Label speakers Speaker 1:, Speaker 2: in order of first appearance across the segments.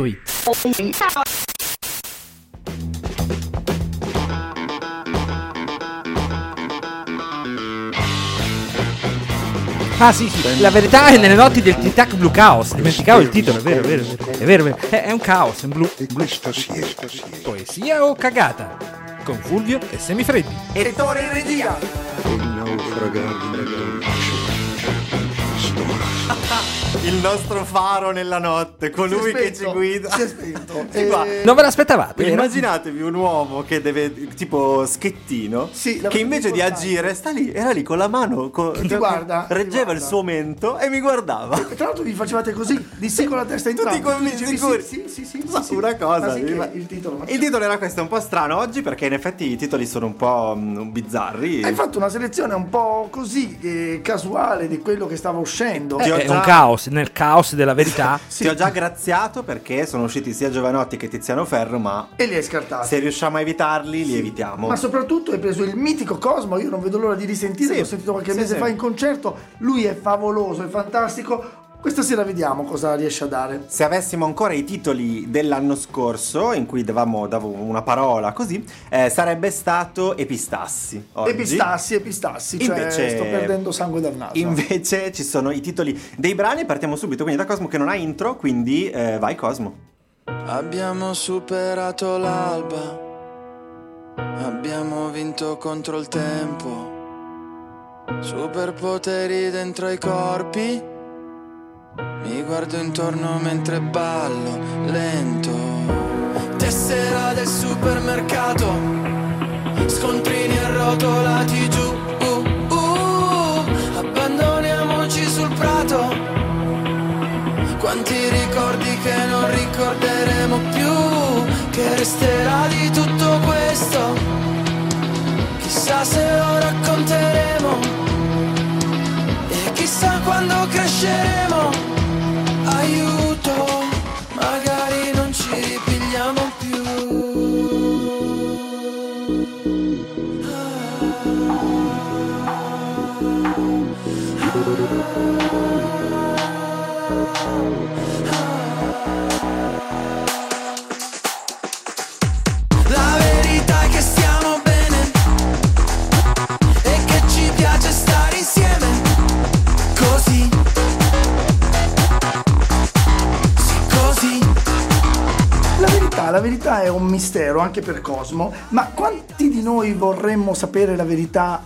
Speaker 1: mvradio.it Ah sì, sì, la verità è nelle notti del Tic Tac Blue Chaos, dimenticavo il titolo, è vero, è vero, è vero, è, vero, è, vero. È- è un caos, è un blu.
Speaker 2: Questo sì, questo sì.
Speaker 1: Poesia o cagata? Con Fulvio e Semifreddi.
Speaker 2: Il naufragare del dolce.
Speaker 3: Il nostro faro nella notte, colui
Speaker 4: Si è
Speaker 3: che ci
Speaker 4: spento,
Speaker 3: guida.
Speaker 4: si è spento.
Speaker 3: E qua.
Speaker 4: Eh,
Speaker 1: Non ve l'aspettavate? vero?
Speaker 3: Immaginatevi un uomo che deve, tipo schettino,
Speaker 4: Sì, la
Speaker 3: che
Speaker 4: cosa
Speaker 3: invece di
Speaker 4: importante.
Speaker 3: agire sta lì, era lì con la mano, co- cioè,
Speaker 4: ti guarda, ti
Speaker 3: reggeva il
Speaker 4: guarda.
Speaker 3: suo mento e mi guardava.
Speaker 4: Tra l'altro vi facevate così, di sì con la testa in
Speaker 3: Tutti
Speaker 4: testa.
Speaker 3: convinti, sicuri?
Speaker 4: Sì, sì, sì.
Speaker 3: So
Speaker 4: sì, sì.
Speaker 3: una cosa.
Speaker 4: Ma sì che
Speaker 3: mi-
Speaker 4: il titolo. ma- cioè,
Speaker 3: Il titolo era questo, è un po' strano oggi perché in effetti i titoli sono un po' mm, bizzarri.
Speaker 4: Hai fatto una selezione un po' così eh, casuale di quello che stava uscendo.
Speaker 3: Ti ho
Speaker 1: Eh, è
Speaker 3: già-
Speaker 1: un caos, nel caos della verità.
Speaker 3: Ti ho già graziato perché sono usciti sia Giovanotti che Tiziano Ferro, ma
Speaker 4: E li hai scartati.
Speaker 3: se riusciamo a evitarli li evitiamo.
Speaker 4: Ma soprattutto hai preso il mitico Cosmo, io non vedo l'ora di risentire,
Speaker 3: Sì,
Speaker 4: l'ho sentito qualche
Speaker 3: sì,
Speaker 4: mese
Speaker 3: sì.
Speaker 4: fa in concerto, lui è favoloso, è fantastico. Questa sera vediamo cosa riesce a dare.
Speaker 3: Se avessimo ancora i titoli dell'anno scorso, in cui davamo, davo una parola così, eh, sarebbe stato Epistassi. Oggi.
Speaker 4: E pistassi, e pistassi, cioè
Speaker 3: Invece-
Speaker 4: sto perdendo sangue dal naso.
Speaker 3: Invece ci sono i titoli dei brani, partiamo subito quindi da Cosmo che non ha intro, quindi eh, vai Cosmo.
Speaker 5: Abbiamo superato l'alba, abbiamo vinto contro il tempo, superpoteri dentro i corpi, mi guardo intorno mentre ballo lento, tessera del supermercato scontrini arrotolati giù. uh, uh, abbandoniamoci sul prato. Quanti ricordi che non ricorderemo più, che resterà di tutto questo. Chissà se lo racconteremo. E chissà quando cresceremo. Aiuto, magari non ci ripigliamo più. La verità è che stiamo bene e che ci piace stare insieme così, sì così.
Speaker 4: La verità, la verità è un mistero anche per Cosmo, ma quanti di noi vorremmo sapere la verità?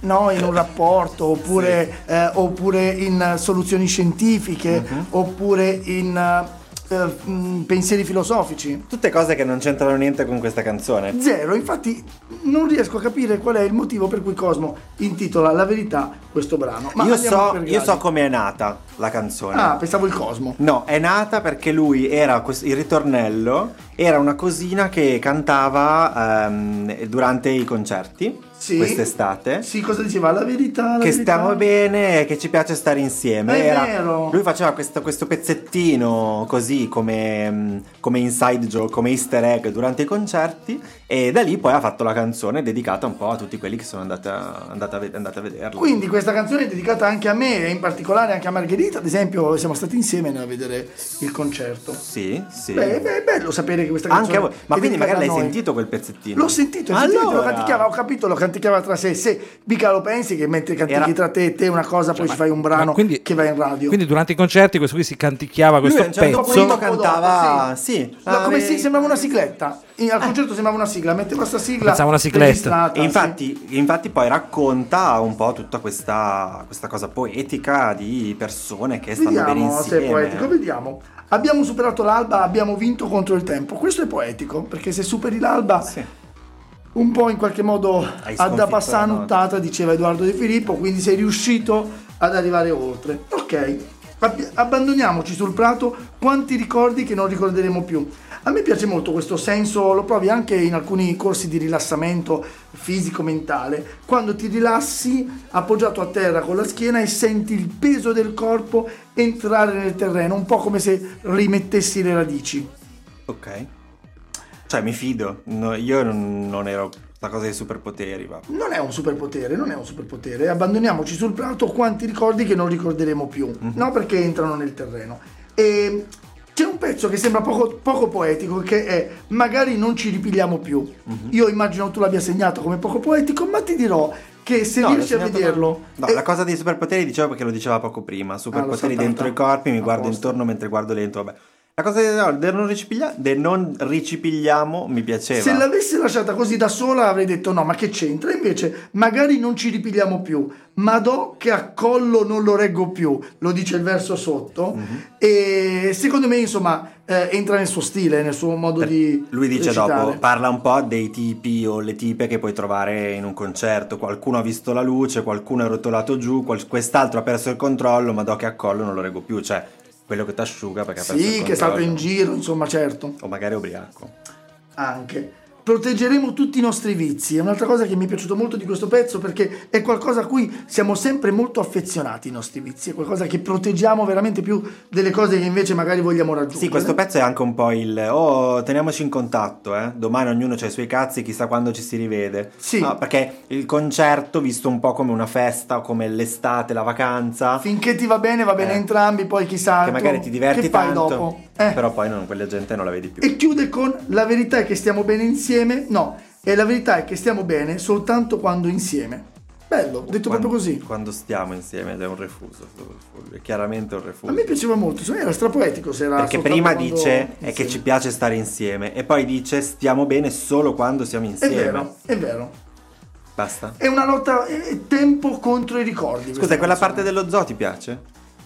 Speaker 4: No, in un rapporto, oppure, eh, oppure in eh, soluzioni scientifiche,
Speaker 3: Mhm.
Speaker 4: oppure in eh, eh, mh, pensieri filosofici.
Speaker 3: Tutte cose che non c'entrano niente con questa canzone.
Speaker 4: Zero, infatti non riesco a capire qual è il motivo per cui Cosmo intitola La verità questo brano. Ma
Speaker 3: io
Speaker 4: andiamo
Speaker 3: so,
Speaker 4: per
Speaker 3: io
Speaker 4: gradi.
Speaker 3: so come è nata la canzone.
Speaker 4: Ah, pensavo il Cosmo.
Speaker 3: No, è nata perché lui era quest- il ritornello, era una cosina che cantava ehm, durante i concerti
Speaker 4: Sì.
Speaker 3: quest'estate.
Speaker 4: Sì, cosa diceva? La verità, la
Speaker 3: Che
Speaker 4: verità.
Speaker 3: stiamo bene, che ci piace stare insieme.
Speaker 4: È
Speaker 3: Era-
Speaker 4: vero.
Speaker 3: Lui faceva questo, questo pezzettino così come, mm, come inside joke, come easter egg durante i concerti. E da lì poi ha fatto la canzone dedicata un po' a tutti quelli che sono andati a, andate a, ved- andate a vederla.
Speaker 4: Quindi questa canzone è dedicata anche a me e in particolare anche a Margherita, ad esempio siamo stati insieme a vedere il concerto.
Speaker 3: Sì, sì.
Speaker 4: Beh, beh, è bello sapere che questa
Speaker 3: Anche
Speaker 4: canzone
Speaker 3: a voi. Ma
Speaker 4: è
Speaker 3: quindi
Speaker 4: dedicata
Speaker 3: magari
Speaker 4: a
Speaker 3: l'hai
Speaker 4: noi.
Speaker 3: sentito quel pezzettino?
Speaker 4: L'ho sentito, l'ho sentito, lo canticchiava, ho capito, lo canticchiava tra sé e sé. Mica lo pensi che mentre cantichi
Speaker 3: Era- Cioè,
Speaker 4: tra te e te una cosa, poi ci fai un brano
Speaker 1: Ma quindi-
Speaker 4: che va in radio.
Speaker 1: Quindi durante i concerti questo qui si canticchiava
Speaker 3: Lui
Speaker 1: questo
Speaker 3: a un certo
Speaker 1: pezzo.
Speaker 3: punto cantava.
Speaker 4: dopo,
Speaker 3: sì. Eh.
Speaker 4: Ma come si
Speaker 3: si
Speaker 4: sembrava una sigletta? In- al concerto sembrava una sigla, metteva questa sigla.
Speaker 1: Pensavo una sigletta.
Speaker 4: registrata,
Speaker 3: E infatti, infatti poi racconta un po' tutta questa, questa cosa poetica di persone che
Speaker 4: sì.
Speaker 3: stanno bene
Speaker 4: vediamo se
Speaker 3: insieme.
Speaker 4: è poetico, vediamo. Abbiamo superato l'alba, abbiamo vinto contro il tempo. Questo è poetico, perché se superi l'alba
Speaker 3: Sì.
Speaker 4: un po' in qualche modo
Speaker 3: sconfitto
Speaker 4: ad
Speaker 3: la
Speaker 4: appassanuttata, diceva Edoardo De Filippo, quindi sei riuscito ad arrivare oltre. Ok, Abbi- abbandoniamoci sul prato quanti ricordi che non ricorderemo più. A me piace molto questo senso, lo provi anche in alcuni corsi di rilassamento fisico-mentale, quando ti rilassi appoggiato a terra con la schiena e senti il peso del corpo entrare nel terreno, un po' come se rimettessi le radici.
Speaker 3: Ok. Cioè, mi fido. No, io non, non ero la cosa dei superpoteri, va.
Speaker 4: Non è un superpotere, non è un superpotere. Abbandoniamoci sul
Speaker 3: Mhm.
Speaker 4: prato quanti ricordi che non ricorderemo più, no? Perché entrano nel terreno. E C'è un pezzo che sembra poco, poco poetico, che è Magari non ci ripigliamo più.
Speaker 3: Mhm.
Speaker 4: Io immagino tu l'abbia segnato come poco poetico, ma ti dirò che se
Speaker 3: No, l'ho
Speaker 4: riesci a
Speaker 3: segnato,
Speaker 4: vederlo... Ah,
Speaker 3: ma- No,
Speaker 4: eh,
Speaker 3: la cosa dei superpoteri dicevo perché lo diceva poco prima. Superpoteri
Speaker 4: saltata.
Speaker 3: dentro i corpi, mi
Speaker 4: A
Speaker 3: guardo
Speaker 4: posto.
Speaker 3: intorno mentre guardo dentro. Vabbè. La cosa del no, del non, ricipiglia- del non ricipigliamo mi piaceva.
Speaker 4: Se l'avessi lasciata così da sola avrei detto no, ma che c'entra? Invece, magari non ci ripigliamo più, ma do che a collo non lo reggo più, lo dice il verso sotto.
Speaker 3: Mhm.
Speaker 4: E secondo me, insomma, eh, entra nel suo stile, nel suo modo di.
Speaker 3: Lui dice
Speaker 4: recitare.
Speaker 3: dopo, parla un po' dei tipi o le tipe che puoi trovare in un concerto. Qualcuno ha visto la luce, qualcuno è rotolato giù, qual- quest'altro ha perso il controllo, ma do che a collo non lo reggo più. Cè, quello che ti asciuga perché ha perso il
Speaker 4: Sì, che è stato in
Speaker 3: controllo.
Speaker 4: giro, insomma, certo.
Speaker 3: O magari è ubriaco.
Speaker 4: anche. Proteggeremo tutti i nostri vizi. È un'altra cosa che mi è piaciuto molto di questo pezzo perché è qualcosa a cui siamo sempre molto affezionati i nostri vizi, è qualcosa che proteggiamo veramente più delle cose che invece magari vogliamo raggiungere.
Speaker 3: Sì, questo pezzo è anche un po' il oh, teniamoci in contatto, eh. Domani ognuno ha i suoi cazzi, chissà quando ci si rivede.
Speaker 4: Sì.
Speaker 3: No, perché il concerto, visto un po' come una festa, come l'estate, la vacanza,
Speaker 4: finché ti va bene va bene
Speaker 3: Eh.
Speaker 4: entrambi, poi chissà
Speaker 3: che
Speaker 4: tu
Speaker 3: magari ti diverti
Speaker 4: che fai
Speaker 3: tanto,
Speaker 4: dopo. Eh.
Speaker 3: però poi non, quella gente non la vedi più.
Speaker 4: E chiude con la verità è che stiamo bene insieme. No, e la verità è che stiamo bene soltanto quando insieme. Bello, detto
Speaker 3: Quando-
Speaker 4: proprio così.
Speaker 3: Quando stiamo insieme ed è un refuso, sto- sto- è chiaramente un refuso.
Speaker 4: A me piaceva molto, insomma, era strapoetico se era
Speaker 3: Perché
Speaker 4: soltanto
Speaker 3: prima
Speaker 4: quando
Speaker 3: dice è che
Speaker 4: insieme.
Speaker 3: ci piace stare insieme e poi dice stiamo bene solo quando siamo
Speaker 4: È
Speaker 3: insieme.
Speaker 4: vero, è vero.
Speaker 3: Basta.
Speaker 4: È una lotta è tempo contro i ricordi.
Speaker 3: Scusa,
Speaker 4: questa
Speaker 3: quella
Speaker 4: canzone.
Speaker 3: parte dello zoo ti piace?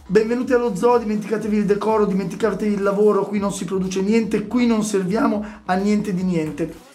Speaker 4: Benvenuti allo zoo, dimenticatevi il decoro, dimenticatevi il lavoro, qui non si produce niente, qui non serviamo a niente di niente.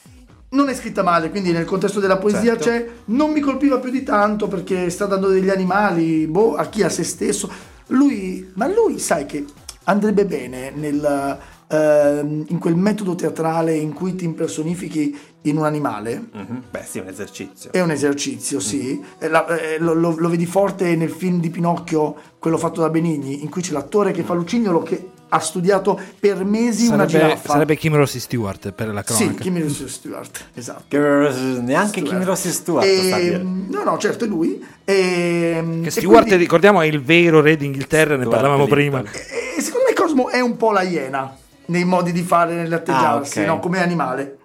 Speaker 4: Non è scritta male, quindi nel contesto della poesia
Speaker 3: Certo.
Speaker 4: c'è. Non mi colpiva più di tanto perché sta dando degli animali, boh, a chi a se stesso. Lui, ma lui sai che andrebbe bene nel, ehm, in quel metodo teatrale in cui ti impersonifichi in un animale.
Speaker 3: Mhm. Beh, sì, è un esercizio.
Speaker 4: È un esercizio, sì. Eh, la- eh, lo, lo- lo vedi forte nel film di Pinocchio, quello fatto da Benigni, in cui c'è l'attore che fa Lucignolo che ha studiato per mesi una
Speaker 1: Sarebbe,
Speaker 4: giraffa.
Speaker 1: sarebbe Kim Rossi Stewart per la
Speaker 4: Sì,
Speaker 1: cronaca.
Speaker 4: Kimmy Rossio Stewart, esatto.
Speaker 3: Che- Neanche Kim Rossi Stewart sta a dire.
Speaker 4: Ehm, no, no, certo, è lui. Ehm,
Speaker 1: Che
Speaker 4: e
Speaker 1: Stewart,
Speaker 4: quindi-
Speaker 1: ricordiamo, è il vero re d'Inghilterra, ne
Speaker 3: Stewart
Speaker 1: parlavamo
Speaker 3: Little.
Speaker 1: prima.
Speaker 4: eh, secondo me Cosmo è un po' la iena nei modi di fare, nell'atteggiarsi,
Speaker 3: Ah, ok.
Speaker 4: no? come animale.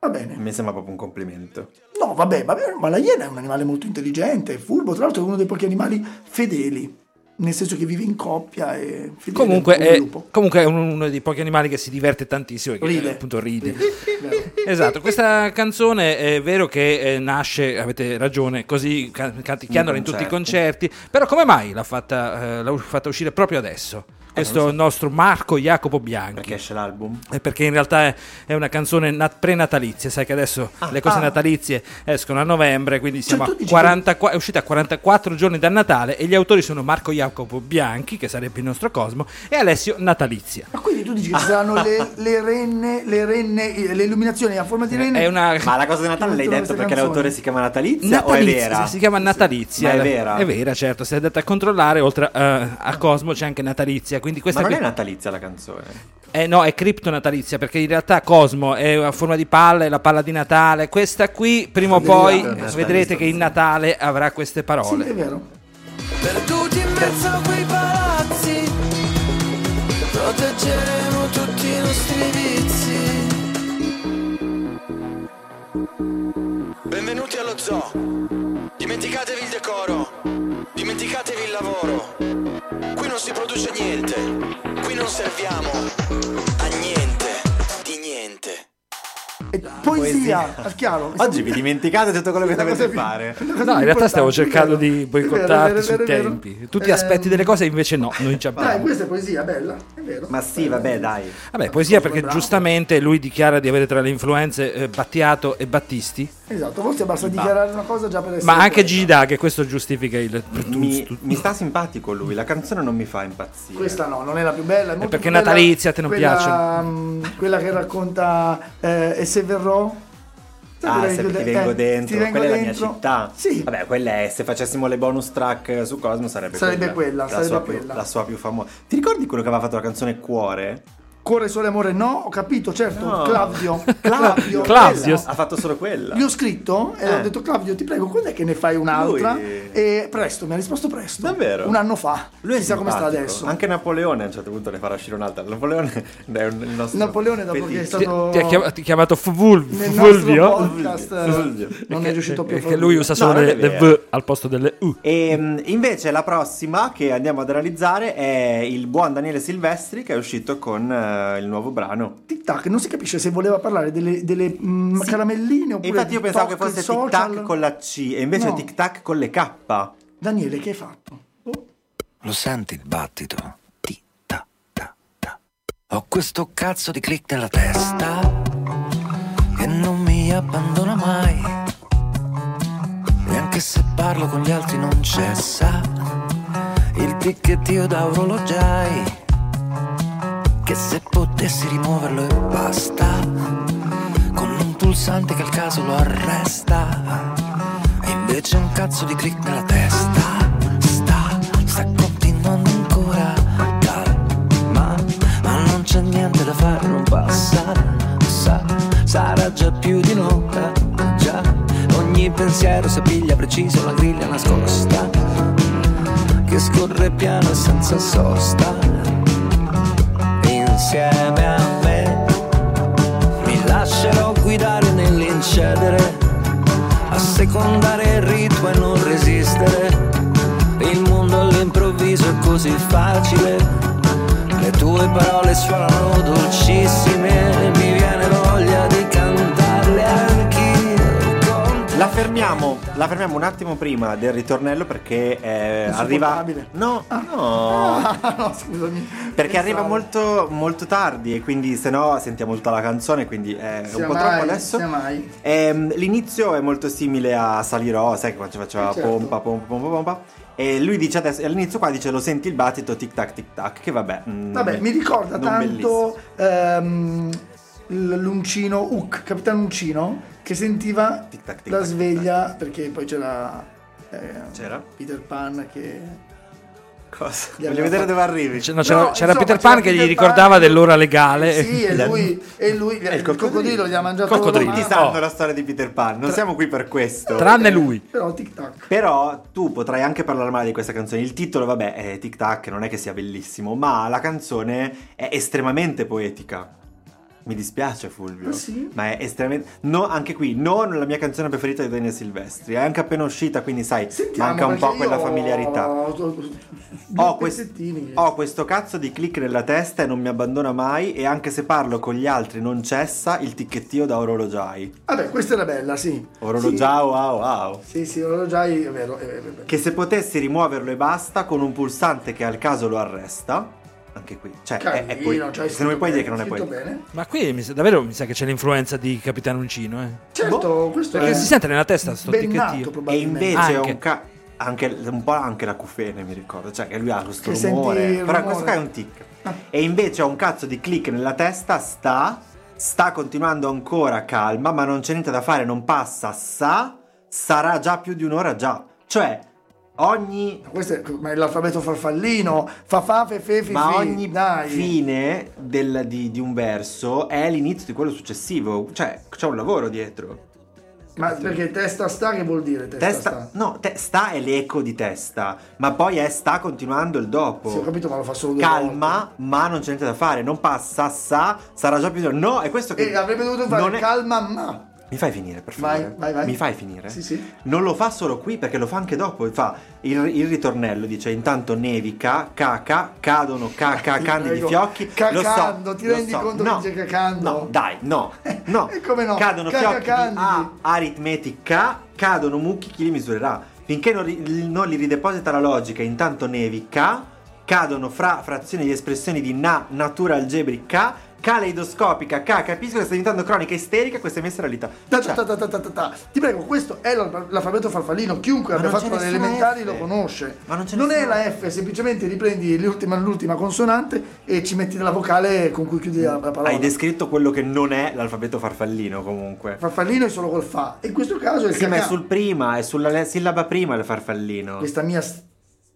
Speaker 4: Va bene.
Speaker 3: Mi sembra proprio un complimento.
Speaker 4: No, vabbè, vabbè, ma la iena è un animale molto intelligente, è furbo, tra l'altro è uno dei pochi animali fedeli, nel senso che vive in coppia e fedele
Speaker 1: Comunque
Speaker 4: come il
Speaker 1: è,
Speaker 4: lupo.
Speaker 1: comunque è uno- uno dei pochi animali che si diverte tantissimo e che
Speaker 4: Ride.
Speaker 1: eh, appunto ride.
Speaker 4: Vero.
Speaker 1: Esatto, questa canzone è vero che eh, nasce, avete ragione, così ca- canticchiandola in tutti i concerti, però come mai l'ha fatta, eh, l'ha fatta uscire proprio adesso? Questo nostro Marco Jacopo Bianchi.
Speaker 3: Perché esce l'album?
Speaker 1: Eh, perché in realtà è, è una canzone nat- prenatalizia, sai che adesso le cose
Speaker 4: ah.
Speaker 1: natalizie escono a novembre, quindi
Speaker 3: Cioè,
Speaker 1: siamo
Speaker 4: tu
Speaker 1: a
Speaker 4: dici che-
Speaker 1: 44 è uscita a 44 giorni da Natale e gli autori sono Marco Jacopo Bianchi, che sarebbe il nostro Cosmo, e Alessio Natalizia.
Speaker 4: Ma quindi tu dici che ci saranno le, le renne, le renne, eh, le illuminazioni a forma di renne?
Speaker 1: È una
Speaker 3: Ma la cosa di
Speaker 4: Mettono
Speaker 3: Natale l'hai detto
Speaker 4: queste
Speaker 3: perché
Speaker 4: canzoni.
Speaker 3: l'autore si chiama Natalizia, o è
Speaker 1: Natalizia,
Speaker 3: vera?
Speaker 1: si chiama Natalizia.
Speaker 3: Ma è vera?
Speaker 1: certo. Se andate a controllare, oltre eh, a Cosmo c'è anche Natalizia. Quindi questa
Speaker 3: Ma non
Speaker 1: qui-
Speaker 3: è Natalizia la canzone.
Speaker 1: Eh no, è cripto natalizia perché in realtà Cosmo è a forma di palla, è la palla di Natale. Questa qui prima o poi
Speaker 3: Natale,
Speaker 1: vedrete che il Natale avrà queste
Speaker 4: Sì,
Speaker 1: parole.
Speaker 4: è vero.
Speaker 6: Perduti in mezzo a quei palazzi, proteggeremo tutti i nostri vizi.
Speaker 7: Benvenuti allo zoo. Dimenticatevi il decoro. Dimenticatevi il lavoro. Qui non si produce niente. Qui non serviamo a niente di niente.
Speaker 4: E poesia, al chiaro.
Speaker 3: Oggi vi dimenticate tutto quello che dovete fare.
Speaker 1: No, in realtà stavo cercando di boicottarti sui tempi. Tu ti aspetti delle cose e invece no, noi ci
Speaker 4: Ehm, Dai,
Speaker 1: abbiamo.
Speaker 4: questa è poesia, bella, è vero.
Speaker 3: Ma sì,
Speaker 4: eh,
Speaker 3: vabbè, dai.
Speaker 1: Vabbè, poesia perché
Speaker 4: Bravo.
Speaker 1: giustamente lui dichiara di avere tra le influenze eh, Battiato e Battisti,
Speaker 4: Esatto, a volte basta dichiarare una cosa già per essere
Speaker 1: ma anche
Speaker 4: poeta.
Speaker 1: Gigi D'Aghe, questo giustifica il...
Speaker 3: Mi, mi sta simpatico lui, la canzone non mi fa impazzire.
Speaker 4: Questa no, non è la più bella. È molto
Speaker 1: perché
Speaker 4: più bella
Speaker 1: natalizia, te non
Speaker 4: quella,
Speaker 1: piace.
Speaker 4: mh, quella che racconta eh, E se verrò? Sai
Speaker 3: Ah,
Speaker 4: quella
Speaker 3: se
Speaker 4: che-
Speaker 3: ti
Speaker 4: eh,
Speaker 3: vengo
Speaker 4: ti
Speaker 3: dentro,
Speaker 4: vengo
Speaker 3: quella è la
Speaker 4: dentro.
Speaker 3: mia città.
Speaker 4: Sì.
Speaker 3: Vabbè, quella è, se facessimo le bonus track su Cosmo sarebbe,
Speaker 4: Sarebbe quella,
Speaker 3: la
Speaker 4: sarebbe
Speaker 3: sua più-
Speaker 4: quella.
Speaker 3: la sua più famosa. Ti ricordi quello che aveva fatto la canzone Cuore?
Speaker 4: Cuore, sole, amore, no, ho capito, certo,
Speaker 3: No.
Speaker 4: Claudio, Claudio,
Speaker 3: Claudio,
Speaker 1: Claudio.
Speaker 3: quella, Ah, ha fatto solo quella.
Speaker 4: Gli ho scritto e
Speaker 3: Eh.
Speaker 4: ho detto Claudio ti prego quando è che ne fai un'altra?
Speaker 3: Lui-
Speaker 4: E presto, mi ha risposto presto.
Speaker 3: Davvero?
Speaker 4: Un anno fa.
Speaker 3: Lui è
Speaker 4: Chissà come sta
Speaker 3: simpatico.
Speaker 4: adesso.
Speaker 3: Anche Napoleone a un certo punto ne farà uscire un'altra. Napoleone è un- il nostro
Speaker 4: Napoleone dopo che è
Speaker 3: fetice.
Speaker 1: Ti,
Speaker 4: stato
Speaker 1: ti ha chiam- ti ha chiamato Fulvio.
Speaker 4: nel nostro
Speaker 1: Fulvio.
Speaker 4: podcast
Speaker 3: Fulvio.
Speaker 4: eh, non è riuscito più a
Speaker 1: Perché lui usa solo
Speaker 3: non è
Speaker 1: le, le
Speaker 3: vero.
Speaker 1: V al posto delle U.
Speaker 3: E mh, Ehm, invece la prossima che andiamo ad analizzare è il buon Daniele Silvestri che è uscito con eh, il nuovo brano.
Speaker 4: Tic Tac, non si capisce se voleva parlare delle, delle, mm, caramelline
Speaker 3: E
Speaker 4: oppure
Speaker 3: infatti io
Speaker 4: di
Speaker 3: pensavo che
Speaker 4: toc
Speaker 3: fosse tic
Speaker 4: social.
Speaker 3: tac con la C e invece
Speaker 4: No.
Speaker 3: tic tac con le K.
Speaker 4: Daniele che hai fatto? Oh,
Speaker 5: Lo senti il battito? Ti, ta, ta, ta. Ho questo cazzo di click nella testa che non mi abbandona mai. E anche se parlo con gli altri non cessa il ticchettio da orologiai. Che se potessi rimuoverlo e basta, con un pulsante che al caso lo arresta. E invece un cazzo di click nella testa Sta, sta continuando ancora Calma, ma non c'è niente da fare, non passa Sa, sarà già più di notte Già, ogni pensiero si piglia preciso la griglia nascosta Che scorre piano e senza sosta Insieme a me Mi lascerò guidare nell'incedere a secondare il ritmo e non resistere. Il mondo all'improvviso è così facile. Le tue parole suonano dolcissime, mi viene voglia di cantarle anch'io. Con te.
Speaker 3: La fermiamo, la fermiamo un attimo prima del ritornello perché eh, arriva...
Speaker 4: Insopportabile.
Speaker 3: No, no,
Speaker 4: Ah, no, scusami.
Speaker 3: Perché
Speaker 4: Pensavo.
Speaker 3: arriva molto, molto tardi e quindi se no sentiamo tutta la canzone, quindi è un
Speaker 4: Sia
Speaker 3: po'
Speaker 4: mai,
Speaker 3: troppo adesso.
Speaker 4: sia mai.
Speaker 3: Ehm, l'inizio è molto simile a Salirò, sai che quando ci faceva
Speaker 4: Eh, certo.
Speaker 3: pompa, pompa, pompa, pompa. E lui dice adesso, e all'inizio qua dice lo senti il battito tic tac tic tac, che vabbè. mm,
Speaker 4: Vabbè, mi ricorda
Speaker 3: non bellissimo.
Speaker 4: tanto ehm, l- l'uncino Hook, Capitano Uncino, che sentiva
Speaker 3: Tic tac, tic
Speaker 4: la
Speaker 3: tac, tic
Speaker 4: sveglia perché poi c'era, eh,
Speaker 3: C'era?
Speaker 4: Peter Pan che...
Speaker 3: Cosa?
Speaker 4: Gli
Speaker 3: Voglio
Speaker 4: aveva
Speaker 3: vedere
Speaker 4: fatto-
Speaker 3: dove arrivi.
Speaker 1: C'è- no, c'era
Speaker 4: No,
Speaker 1: c'era
Speaker 4: insomma,
Speaker 1: Peter
Speaker 4: c'era
Speaker 1: Pan che gli
Speaker 4: Peter
Speaker 1: ricordava
Speaker 4: Pan.
Speaker 1: dell'ora legale.
Speaker 4: Sì,
Speaker 1: E-
Speaker 4: e lui, e lui
Speaker 3: il
Speaker 4: il coccodrillo gli ha mangiato
Speaker 1: Coccodrillo.
Speaker 4: la
Speaker 3: Tutti
Speaker 4: mano,
Speaker 3: sanno
Speaker 1: Oh.
Speaker 3: la storia di Peter Pan, non siamo qui per questo.
Speaker 1: Tranne lui.
Speaker 4: Però tic tac.
Speaker 3: Però tu potrai anche parlare male di questa canzone. Il titolo, vabbè, è Tic Tac, non è che sia bellissimo, ma la canzone è estremamente poetica. Mi dispiace, Fulvio.
Speaker 4: Ah, sì?
Speaker 3: Ma è estremamente. No, anche qui, non la mia canzone preferita di Daniele Silvestri. È anche appena uscita, quindi sai,
Speaker 4: Sentiamo,
Speaker 3: manca un
Speaker 4: perché
Speaker 3: po' quella
Speaker 4: io
Speaker 3: familiarità.
Speaker 4: Ho, ho-
Speaker 3: Ho,
Speaker 4: due
Speaker 3: quest-
Speaker 4: pezzettini.
Speaker 3: ho questo cazzo di click nella testa e non mi abbandona mai. E anche se parlo con gli altri, non cessa il ticchettio da orologiai.
Speaker 4: Vabbè, questa era bella, sì.
Speaker 3: Orologiao, wow, wow.
Speaker 4: Sì, sì, sì, orologiai, è vero, è vero, è vero.
Speaker 3: Che se potessi rimuoverlo e basta con un pulsante che al caso lo arresta. Anche qui. Cioè, è, è poi,
Speaker 4: Carino, cioè,
Speaker 3: se non mi puoi dire che non è
Speaker 4: scritto
Speaker 3: poi.
Speaker 4: bene.
Speaker 1: Ma qui mi sa- davvero mi sa che c'è l'influenza di Capitano Uncino. Eh.
Speaker 4: Certo, questo
Speaker 1: Perché
Speaker 4: è
Speaker 1: si sente nella testa sto
Speaker 4: ben nato,
Speaker 1: ticchettio.
Speaker 3: Boh. E
Speaker 4: probabilmente.
Speaker 3: invece è
Speaker 1: Anche.
Speaker 3: un ca- anche- un po' anche la cufene, mi ricordo. Cioè, che lui ha questo
Speaker 4: Che senti il
Speaker 3: rumore. Però
Speaker 4: rumore. Ah.
Speaker 3: questo qua è un tic. E invece ho un cazzo di click nella testa, sta. Sta continuando ancora calma, ma non c'è niente da fare, non passa, sa. Sarà già più di un'ora già. Cioè, ogni
Speaker 4: Questo è, ma è l'alfabeto farfallino, fa fa fe fe fi,
Speaker 3: Ma
Speaker 4: fi,
Speaker 3: ogni
Speaker 4: dai.
Speaker 3: fine del- di, di un verso è l'inizio di quello successivo, cioè c'è un lavoro dietro.
Speaker 4: Ma perché testa sta che vuol dire testa,
Speaker 3: Testa,
Speaker 4: sta?
Speaker 3: no, te- sta è l'eco di testa, ma poi è sta continuando il dopo.
Speaker 4: Sì, ho capito, ma lo fa solo due
Speaker 3: Calma, ma non c'è niente da fare, non passa, sa, sarà già più. No, è questo che.
Speaker 4: E Eh, avrebbe dovuto
Speaker 3: non
Speaker 4: fare
Speaker 3: è-
Speaker 4: calma ma.
Speaker 3: Mi fai finire, per
Speaker 4: Vai,
Speaker 3: favore?
Speaker 4: vai, vai.
Speaker 3: Mi fai finire?
Speaker 4: Sì, sì.
Speaker 3: Non lo fa solo qui perché lo fa anche dopo. Fa il, il ritornello, dice intanto nevica, caca, cadono caca,
Speaker 4: Ti
Speaker 3: candidi
Speaker 4: prego.
Speaker 3: fiocchi.
Speaker 4: Cacando,
Speaker 3: lo so,
Speaker 4: ti
Speaker 3: lo
Speaker 4: rendi
Speaker 3: so.
Speaker 4: conto
Speaker 3: No,
Speaker 4: che dice cacando?
Speaker 3: No, dai, no, no.
Speaker 4: E come no?
Speaker 3: Cadono
Speaker 4: Caca,
Speaker 3: fiocchi ah, di A,
Speaker 4: candidi.
Speaker 3: aritmetica, cadono mucchi, chi li misurerà? Finché non, ri- non li rideposita la logica, intanto nevica, cadono fra frazioni di espressioni di na, natura algebrica, caleidoscopica, ca, capisco che stai diventando cronica isterica, questa è mia seralità.
Speaker 4: Ta,
Speaker 3: Cioè,
Speaker 4: ta, ta, ta, ta, ta, ta. Ti prego, questo è l'al- l'alfabeto farfallino. Chiunque
Speaker 3: Ma
Speaker 4: abbia
Speaker 3: non
Speaker 4: fatto
Speaker 3: c'è
Speaker 4: le
Speaker 3: nessuna
Speaker 4: elementari
Speaker 3: F.
Speaker 4: lo conosce.
Speaker 3: Ma non c'è
Speaker 4: è
Speaker 3: nessuna
Speaker 4: la F, semplicemente riprendi l'ultima, l'ultima consonante e ci metti la vocale con cui chiudi la, la parola.
Speaker 3: Hai descritto quello che non è l'alfabeto farfallino comunque.
Speaker 4: farfallino è solo col fa. E in questo caso è il
Speaker 3: Sì, ma è
Speaker 4: cacà.
Speaker 3: sul prima, è sulla le- sillaba prima il farfallino.
Speaker 4: Questa mia s-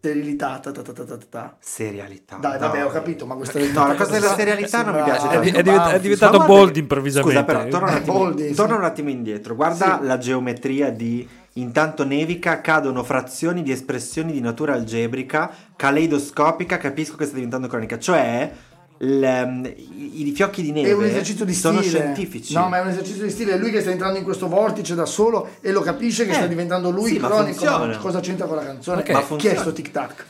Speaker 4: Sterilità, ta ta ta ta ta ta.
Speaker 3: Serialità.
Speaker 4: Dai, vabbè,
Speaker 3: No.
Speaker 4: ho capito, ma questa
Speaker 3: No, la cosa della serialità non mi piace
Speaker 1: È,
Speaker 3: tanto.
Speaker 1: è diventa- è diventato
Speaker 3: Ma guarda
Speaker 1: bold
Speaker 3: che-
Speaker 1: improvvisamente.
Speaker 3: Scusa, però, torna un
Speaker 4: Eh,
Speaker 3: attimo,
Speaker 4: Boldi, sì.
Speaker 3: torna un attimo indietro. Guarda
Speaker 4: Sì.
Speaker 3: la geometria di intanto nevica, cadono frazioni di espressioni di natura algebrica, caleidoscopica, capisco che sta diventando cronica, cioè l- ehm, i, i fiocchi di neve
Speaker 4: È un esercizio di stile.
Speaker 3: sono scientifici.
Speaker 4: No, ma è un esercizio di stile. È lui che sta entrando in questo vortice da solo e lo capisce che
Speaker 3: Eh,
Speaker 4: sta diventando lui
Speaker 3: sì, ma
Speaker 4: cronico. Ma
Speaker 3: funziona.
Speaker 4: cosa c'entra con la canzone?
Speaker 3: Ok. Ma
Speaker 4: chi è
Speaker 3: funziona.
Speaker 4: sto tic tac?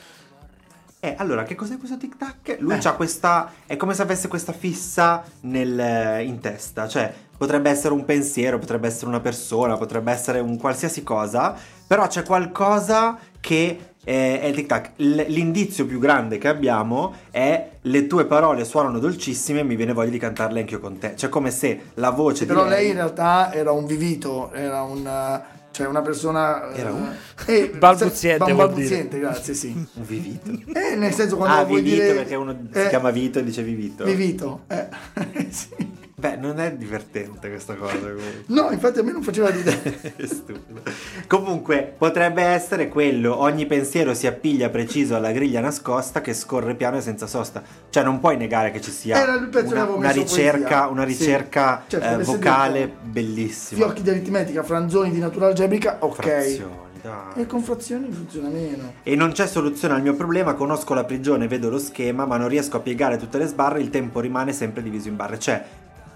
Speaker 3: Eh, allora, che cos'è questo tic tac?
Speaker 4: Eh.
Speaker 3: Lui ha questa. È come se avesse questa fissa nel- in testa. Cioè, potrebbe essere un pensiero, potrebbe essere una persona, potrebbe essere un qualsiasi cosa. Però c'è qualcosa che eh, è il tic tac. L- l'indizio più grande che abbiamo è le tue parole suonano dolcissime e mi viene voglia di cantarle anch'io con te. Cioè, come se la voce di.
Speaker 4: Però lei in realtà era un vivito, era un. eh, Cioè una persona... eh,
Speaker 3: Era un-
Speaker 4: eh,
Speaker 1: Balbuziente,
Speaker 4: un
Speaker 1: vuol
Speaker 4: balbuziente, grazie, sì.
Speaker 3: Un vivito.
Speaker 4: Eh, nel senso quando
Speaker 3: ah,
Speaker 4: vuoi
Speaker 3: vivito,
Speaker 4: dire...
Speaker 3: perché uno si
Speaker 4: eh,
Speaker 3: chiama Vito e dice vivito.
Speaker 4: Vivito, eh, sì.
Speaker 3: Beh, non è divertente questa cosa comunque.
Speaker 4: No, infatti a me non faceva ridere.
Speaker 3: Stupido. Comunque, potrebbe essere quello. Ogni pensiero si appiglia preciso alla griglia nascosta che scorre piano e senza sosta. Cioè, non puoi negare che ci sia
Speaker 4: Era Eh, il pezzo che
Speaker 3: una,
Speaker 4: avevo
Speaker 3: una
Speaker 4: messo
Speaker 3: ricerca,
Speaker 4: poesia.
Speaker 3: una
Speaker 4: Sì.
Speaker 3: ricerca
Speaker 4: Cioè,
Speaker 3: eh,
Speaker 4: avesse
Speaker 3: vocale
Speaker 4: detto
Speaker 3: bellissima.
Speaker 4: Fiocchi di aritmetica, franzoni di natura algebrica, ok.
Speaker 3: Frazioni, dai.
Speaker 4: E con frazioni funziona meno.
Speaker 3: E non c'è soluzione al mio problema, conosco la prigione, vedo lo schema, ma non riesco a piegare tutte le sbarre, il tempo rimane sempre diviso in barre. Cioè,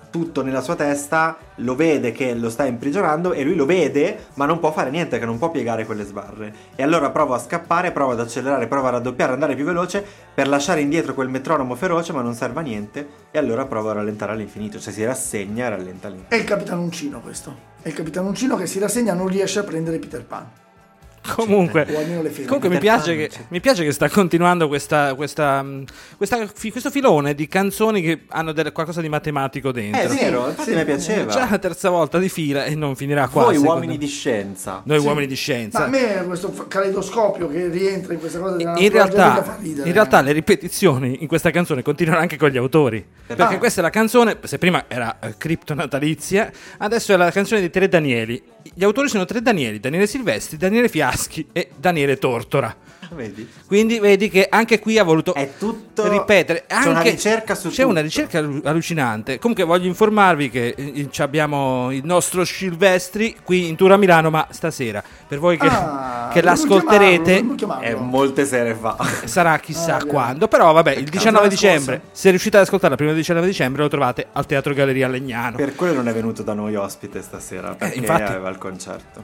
Speaker 3: tutto nella sua testa lo vede che lo sta imprigionando e lui lo vede, ma non può fare niente, che non può piegare quelle sbarre. E allora prova a scappare, prova ad accelerare, prova a raddoppiare, andare più veloce per lasciare indietro quel metronomo feroce, ma non serve a niente. E allora prova a rallentare all'infinito, cioè si rassegna e rallenta all'infinito.
Speaker 4: È il capitanuncino questo. È il capitanuncino che si rassegna non riesce a prendere Peter Pan.
Speaker 1: Comunque,
Speaker 4: O almeno le ferme.
Speaker 1: comunque mi,
Speaker 3: Peter
Speaker 1: piace
Speaker 3: Pan,
Speaker 1: che,
Speaker 3: sì.
Speaker 1: mi piace che sta continuando questa, questa, mh, questa fi- questo filone di canzoni che hanno del- qualcosa di matematico dentro.
Speaker 3: È vero, infatti mi piaceva.
Speaker 1: Già la terza volta di fila e non finirà qua.
Speaker 3: Voi
Speaker 1: secondo
Speaker 3: uomini
Speaker 1: me.
Speaker 3: di scienza.
Speaker 1: Noi uomini di scienza.
Speaker 4: Ma a me questo f- caleidoscopio che rientra in questa cosa
Speaker 3: Ah,
Speaker 4: della
Speaker 1: in
Speaker 4: natura algebrica
Speaker 1: realtà,
Speaker 4: fa ridere.
Speaker 1: in realtà le ripetizioni in questa canzone continuano anche con gli autori.
Speaker 3: Esatto.
Speaker 1: Perché
Speaker 4: Ah.
Speaker 1: questa è la canzone, se prima era eh, Cripto Natalizia, adesso è la canzone di Tre Danieli. Gli autori sono Tre Danieli, Daniele Silvestri, Daniele Fiaschi e Daniele Tortora.
Speaker 3: Vedi?
Speaker 1: Quindi vedi che anche qui ha voluto
Speaker 3: È tutto-
Speaker 1: ripetere.
Speaker 3: c'è una
Speaker 1: anche-
Speaker 3: ricerca su
Speaker 1: C'è una
Speaker 3: tutto.
Speaker 1: ricerca allu- allucinante. Comunque voglio informarvi che eh, ci abbiamo il nostro Silvestri qui in Tura a Milano, ma stasera. Per voi che,
Speaker 4: Ah,
Speaker 1: che
Speaker 4: dobbiamo
Speaker 1: l'ascolterete,
Speaker 4: chiamarlo, dobbiamo
Speaker 3: È
Speaker 4: chiamarlo.
Speaker 3: molte sere fa.
Speaker 1: sarà chissà
Speaker 4: Ah, vero.
Speaker 1: quando. Però vabbè, il 19
Speaker 4: l'anno
Speaker 1: dicembre, se riuscite ad ascoltarla prima del 19 dicembre, lo trovate al Teatro Galleria Legnano.
Speaker 3: Per quello non è venuto da noi ospite stasera, perché
Speaker 1: Eh, infatti.
Speaker 3: aveva il concerto.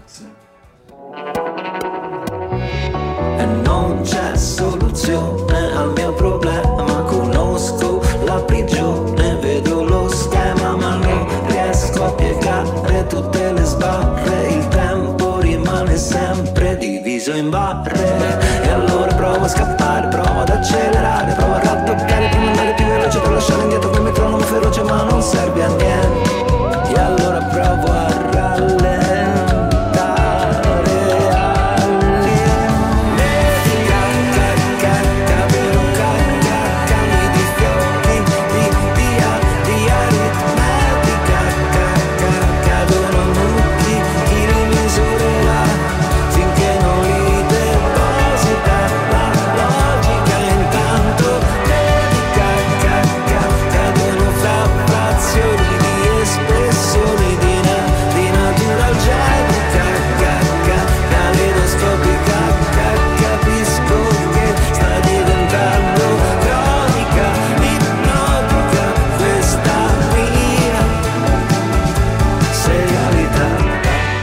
Speaker 5: E non c'è soluzione al mio problema. Conosco la prigione, vedo lo schema, ma non riesco a piegare tutte le sbarre. Il tempo rimane sempre diviso in barre. E allora provo a scappare, provo ad accelerare, provo a raddoppiare, prima andare più veloce, per lasciare indietro quel metronomo feroce, ma non serve a niente. E allora provo a rallentare.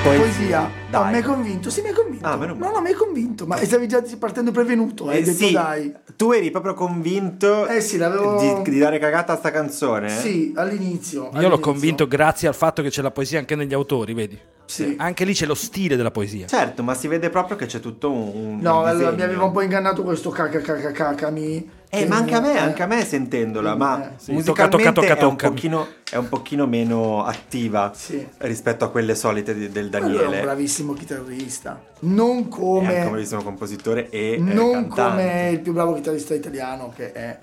Speaker 4: Poesia,
Speaker 3: Dai.
Speaker 4: no, mi hai convinto, sì mi hai convinto.
Speaker 3: Ah, meno male.
Speaker 4: No, no, mi hai convinto, ma stavi già partendo prevenuto, hai
Speaker 3: Eh,
Speaker 4: detto
Speaker 3: sì,
Speaker 4: dai.
Speaker 3: tu eri proprio convinto
Speaker 4: Eh sì, l'avevo-
Speaker 3: di, di dare cagata a sta canzone.
Speaker 4: Sì, all'inizio.
Speaker 1: Io l'ho
Speaker 4: all'inizio.
Speaker 1: convinto grazie al fatto che c'è la poesia anche negli autori, vedi?
Speaker 4: Sì.
Speaker 1: Anche lì c'è lo stile della poesia.
Speaker 3: Certo, ma si vede proprio che c'è tutto un... un
Speaker 4: No, allora,
Speaker 3: disegno.
Speaker 4: mi aveva un po' ingannato questo cacacacacacami.
Speaker 3: Eh, ma anche a me, anche a me sentendola, ma
Speaker 4: Eh,
Speaker 1: sì,
Speaker 3: musicalmente
Speaker 1: tocca, tocca,
Speaker 3: è, un
Speaker 1: tocca.
Speaker 3: pochino, è un pochino meno attiva
Speaker 4: Sì.
Speaker 3: rispetto a quelle solite di- del
Speaker 4: Lui è un
Speaker 3: Daniele.
Speaker 4: bravissimo chitarrista. Non
Speaker 3: È anche
Speaker 4: come...
Speaker 3: un bravissimo compositore e eh,
Speaker 4: non
Speaker 3: cantante. Eh?
Speaker 4: come il più bravo chitarrista italiano che è...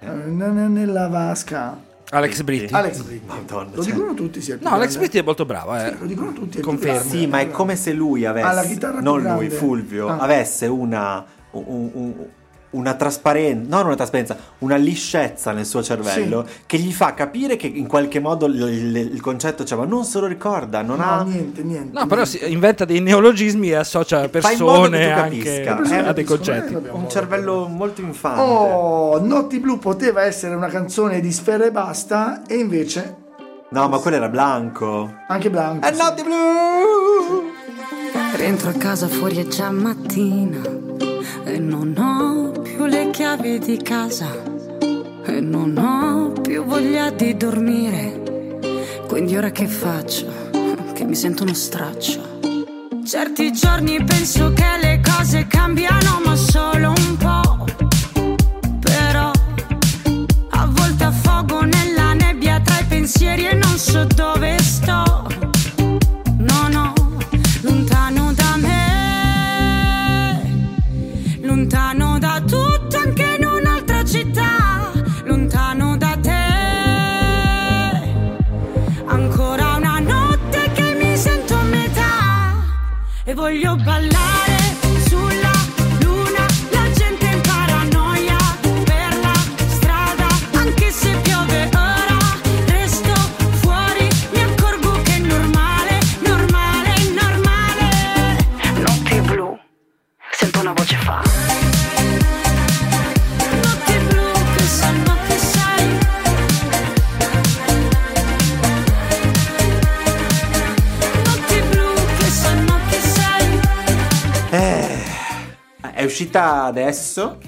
Speaker 4: Na- na- Nella vasca.
Speaker 1: Alex Britti.
Speaker 4: Alex Britti.
Speaker 3: Madonna,
Speaker 4: Lo
Speaker 3: cioè-
Speaker 4: dicono tutti, sì. è il più
Speaker 1: No, Alex
Speaker 4: grande.
Speaker 1: Britti è molto bravo. Eh.
Speaker 4: Sì, lo dicono tutti. è il più
Speaker 1: Confermo.
Speaker 4: grande.
Speaker 3: Sì, ma è come se lui
Speaker 4: Ha la
Speaker 3: avesse,
Speaker 4: chitarra più
Speaker 3: non lui,
Speaker 4: grande.
Speaker 3: Fulvio,
Speaker 4: Ah.
Speaker 3: avesse una, un- un- una trasparenza, non una trasparenza, una liscezza nel suo cervello che gli fa capire che in qualche modo il, il- il concetto c'è, ma non se lo ricorda, non ha...
Speaker 4: No, niente, niente.
Speaker 1: No, però
Speaker 4: niente.
Speaker 1: si inventa dei neologismi e associa
Speaker 3: in modo che
Speaker 1: persone
Speaker 3: tu
Speaker 1: anche
Speaker 3: capisca.
Speaker 1: a dei
Speaker 4: Eh,
Speaker 1: concetti.
Speaker 4: vabbè,
Speaker 3: Un cervello molto infante.
Speaker 4: Oh, Notti Blu poteva essere una canzone di sfere e basta e invece
Speaker 3: No, ma quello era Blanco.
Speaker 4: anche Blanco.
Speaker 3: È Notte Blu!
Speaker 8: Rientro a casa fuori è già mattina e non ho più le chiavi di casa e non ho più voglia di dormire. Quindi ora che faccio? Che mi sento uno straccio. Certi giorni penso che le cose cambiano, ma solo un po'. Però a volte affogo nella nebbia tra i pensieri e non so dove sto. No, no, lontano da me, lontano da tutto, anche in un'altra città, lontano da te. Ancora una notte che mi sento a metà e voglio ballare sulla luna. La gente in paranoia per la strada, anche se piove ora. Resto fuori, mi accorgo che è normale, normale, normale. Notte blu, sento una voce fa. Notte blu, che salva che sai. Notte blu, che sanno che sei.
Speaker 3: Eh, È uscita adesso,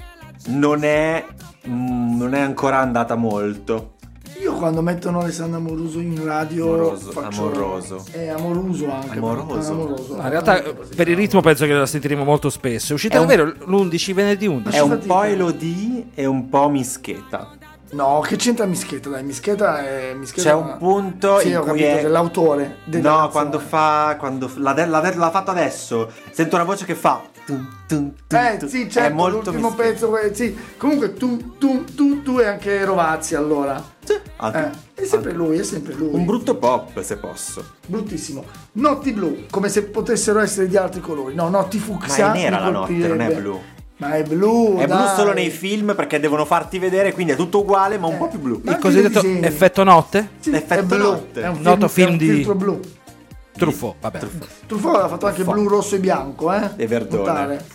Speaker 3: non è, mm, non è ancora andata molto.
Speaker 4: Io quando mettono Alessandro Amoruso in radio
Speaker 3: Amoroso,
Speaker 4: faccio-
Speaker 3: amoroso.
Speaker 4: È amoroso anche.
Speaker 3: Amoroso.
Speaker 4: amoroso.
Speaker 1: No, in realtà per il ritmo penso che la sentiremo molto spesso. È uscita
Speaker 3: È un-
Speaker 1: davvero l'11, venerdì 11.
Speaker 3: È un
Speaker 4: fatica.
Speaker 3: po' Elodie e un po' Mischeta.
Speaker 4: No, che c'entra Mischeta? Dai, Mischeta è Mischeta.
Speaker 3: C'è un punto
Speaker 4: Sì,
Speaker 3: in
Speaker 4: ho
Speaker 3: cui
Speaker 4: capito,
Speaker 3: è-
Speaker 4: dell'autore. della
Speaker 3: no,
Speaker 4: canzone.
Speaker 3: quando fa. Quando f- l'ha, de- l'ha de- l'ha fatto adesso. Sento una voce che fa. tum, tum, tum,
Speaker 4: Eh
Speaker 3: tum.
Speaker 4: sì, certo,
Speaker 3: È molto
Speaker 4: l'ultimo
Speaker 3: Mischeta.
Speaker 4: pezzo, eh, sì. Comunque tu, tu, tu, tu e anche Rovazzi allora.
Speaker 3: Anche-
Speaker 4: Eh, è sempre
Speaker 3: anche-
Speaker 4: lui, è sempre lui.
Speaker 3: Un brutto pop, se posso.
Speaker 4: Bruttissimo. Notti blu, come se potessero essere di altri colori. No, notti fucsia.
Speaker 3: Ma è nera
Speaker 4: mi
Speaker 3: la notte, non è
Speaker 4: colpirebbe.
Speaker 3: blu.
Speaker 4: Ma è blu.
Speaker 3: È blu
Speaker 4: Oh, dai. Eh,
Speaker 3: solo nei film perché devono farti vedere, quindi è tutto uguale, ma un po' più blu.
Speaker 4: ma-
Speaker 1: Il cosiddetto
Speaker 4: disegni.
Speaker 1: effetto notte?
Speaker 4: Sì,
Speaker 3: Effetto
Speaker 4: è blu.
Speaker 3: notte.
Speaker 4: È un
Speaker 1: Noto film
Speaker 4: è un
Speaker 1: di-
Speaker 4: filtro blu.
Speaker 1: Truffo, vabbè.
Speaker 4: Truffaut aveva fatto anche
Speaker 3: Truffaut.
Speaker 4: blu, rosso e bianco, eh?
Speaker 3: E Verdone.
Speaker 4: Notare.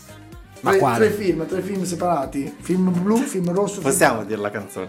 Speaker 1: Ma
Speaker 4: tre,
Speaker 1: quale?
Speaker 4: tre film, tre film separati. Film blu, film rosso. film-
Speaker 3: Possiamo dire la canzone.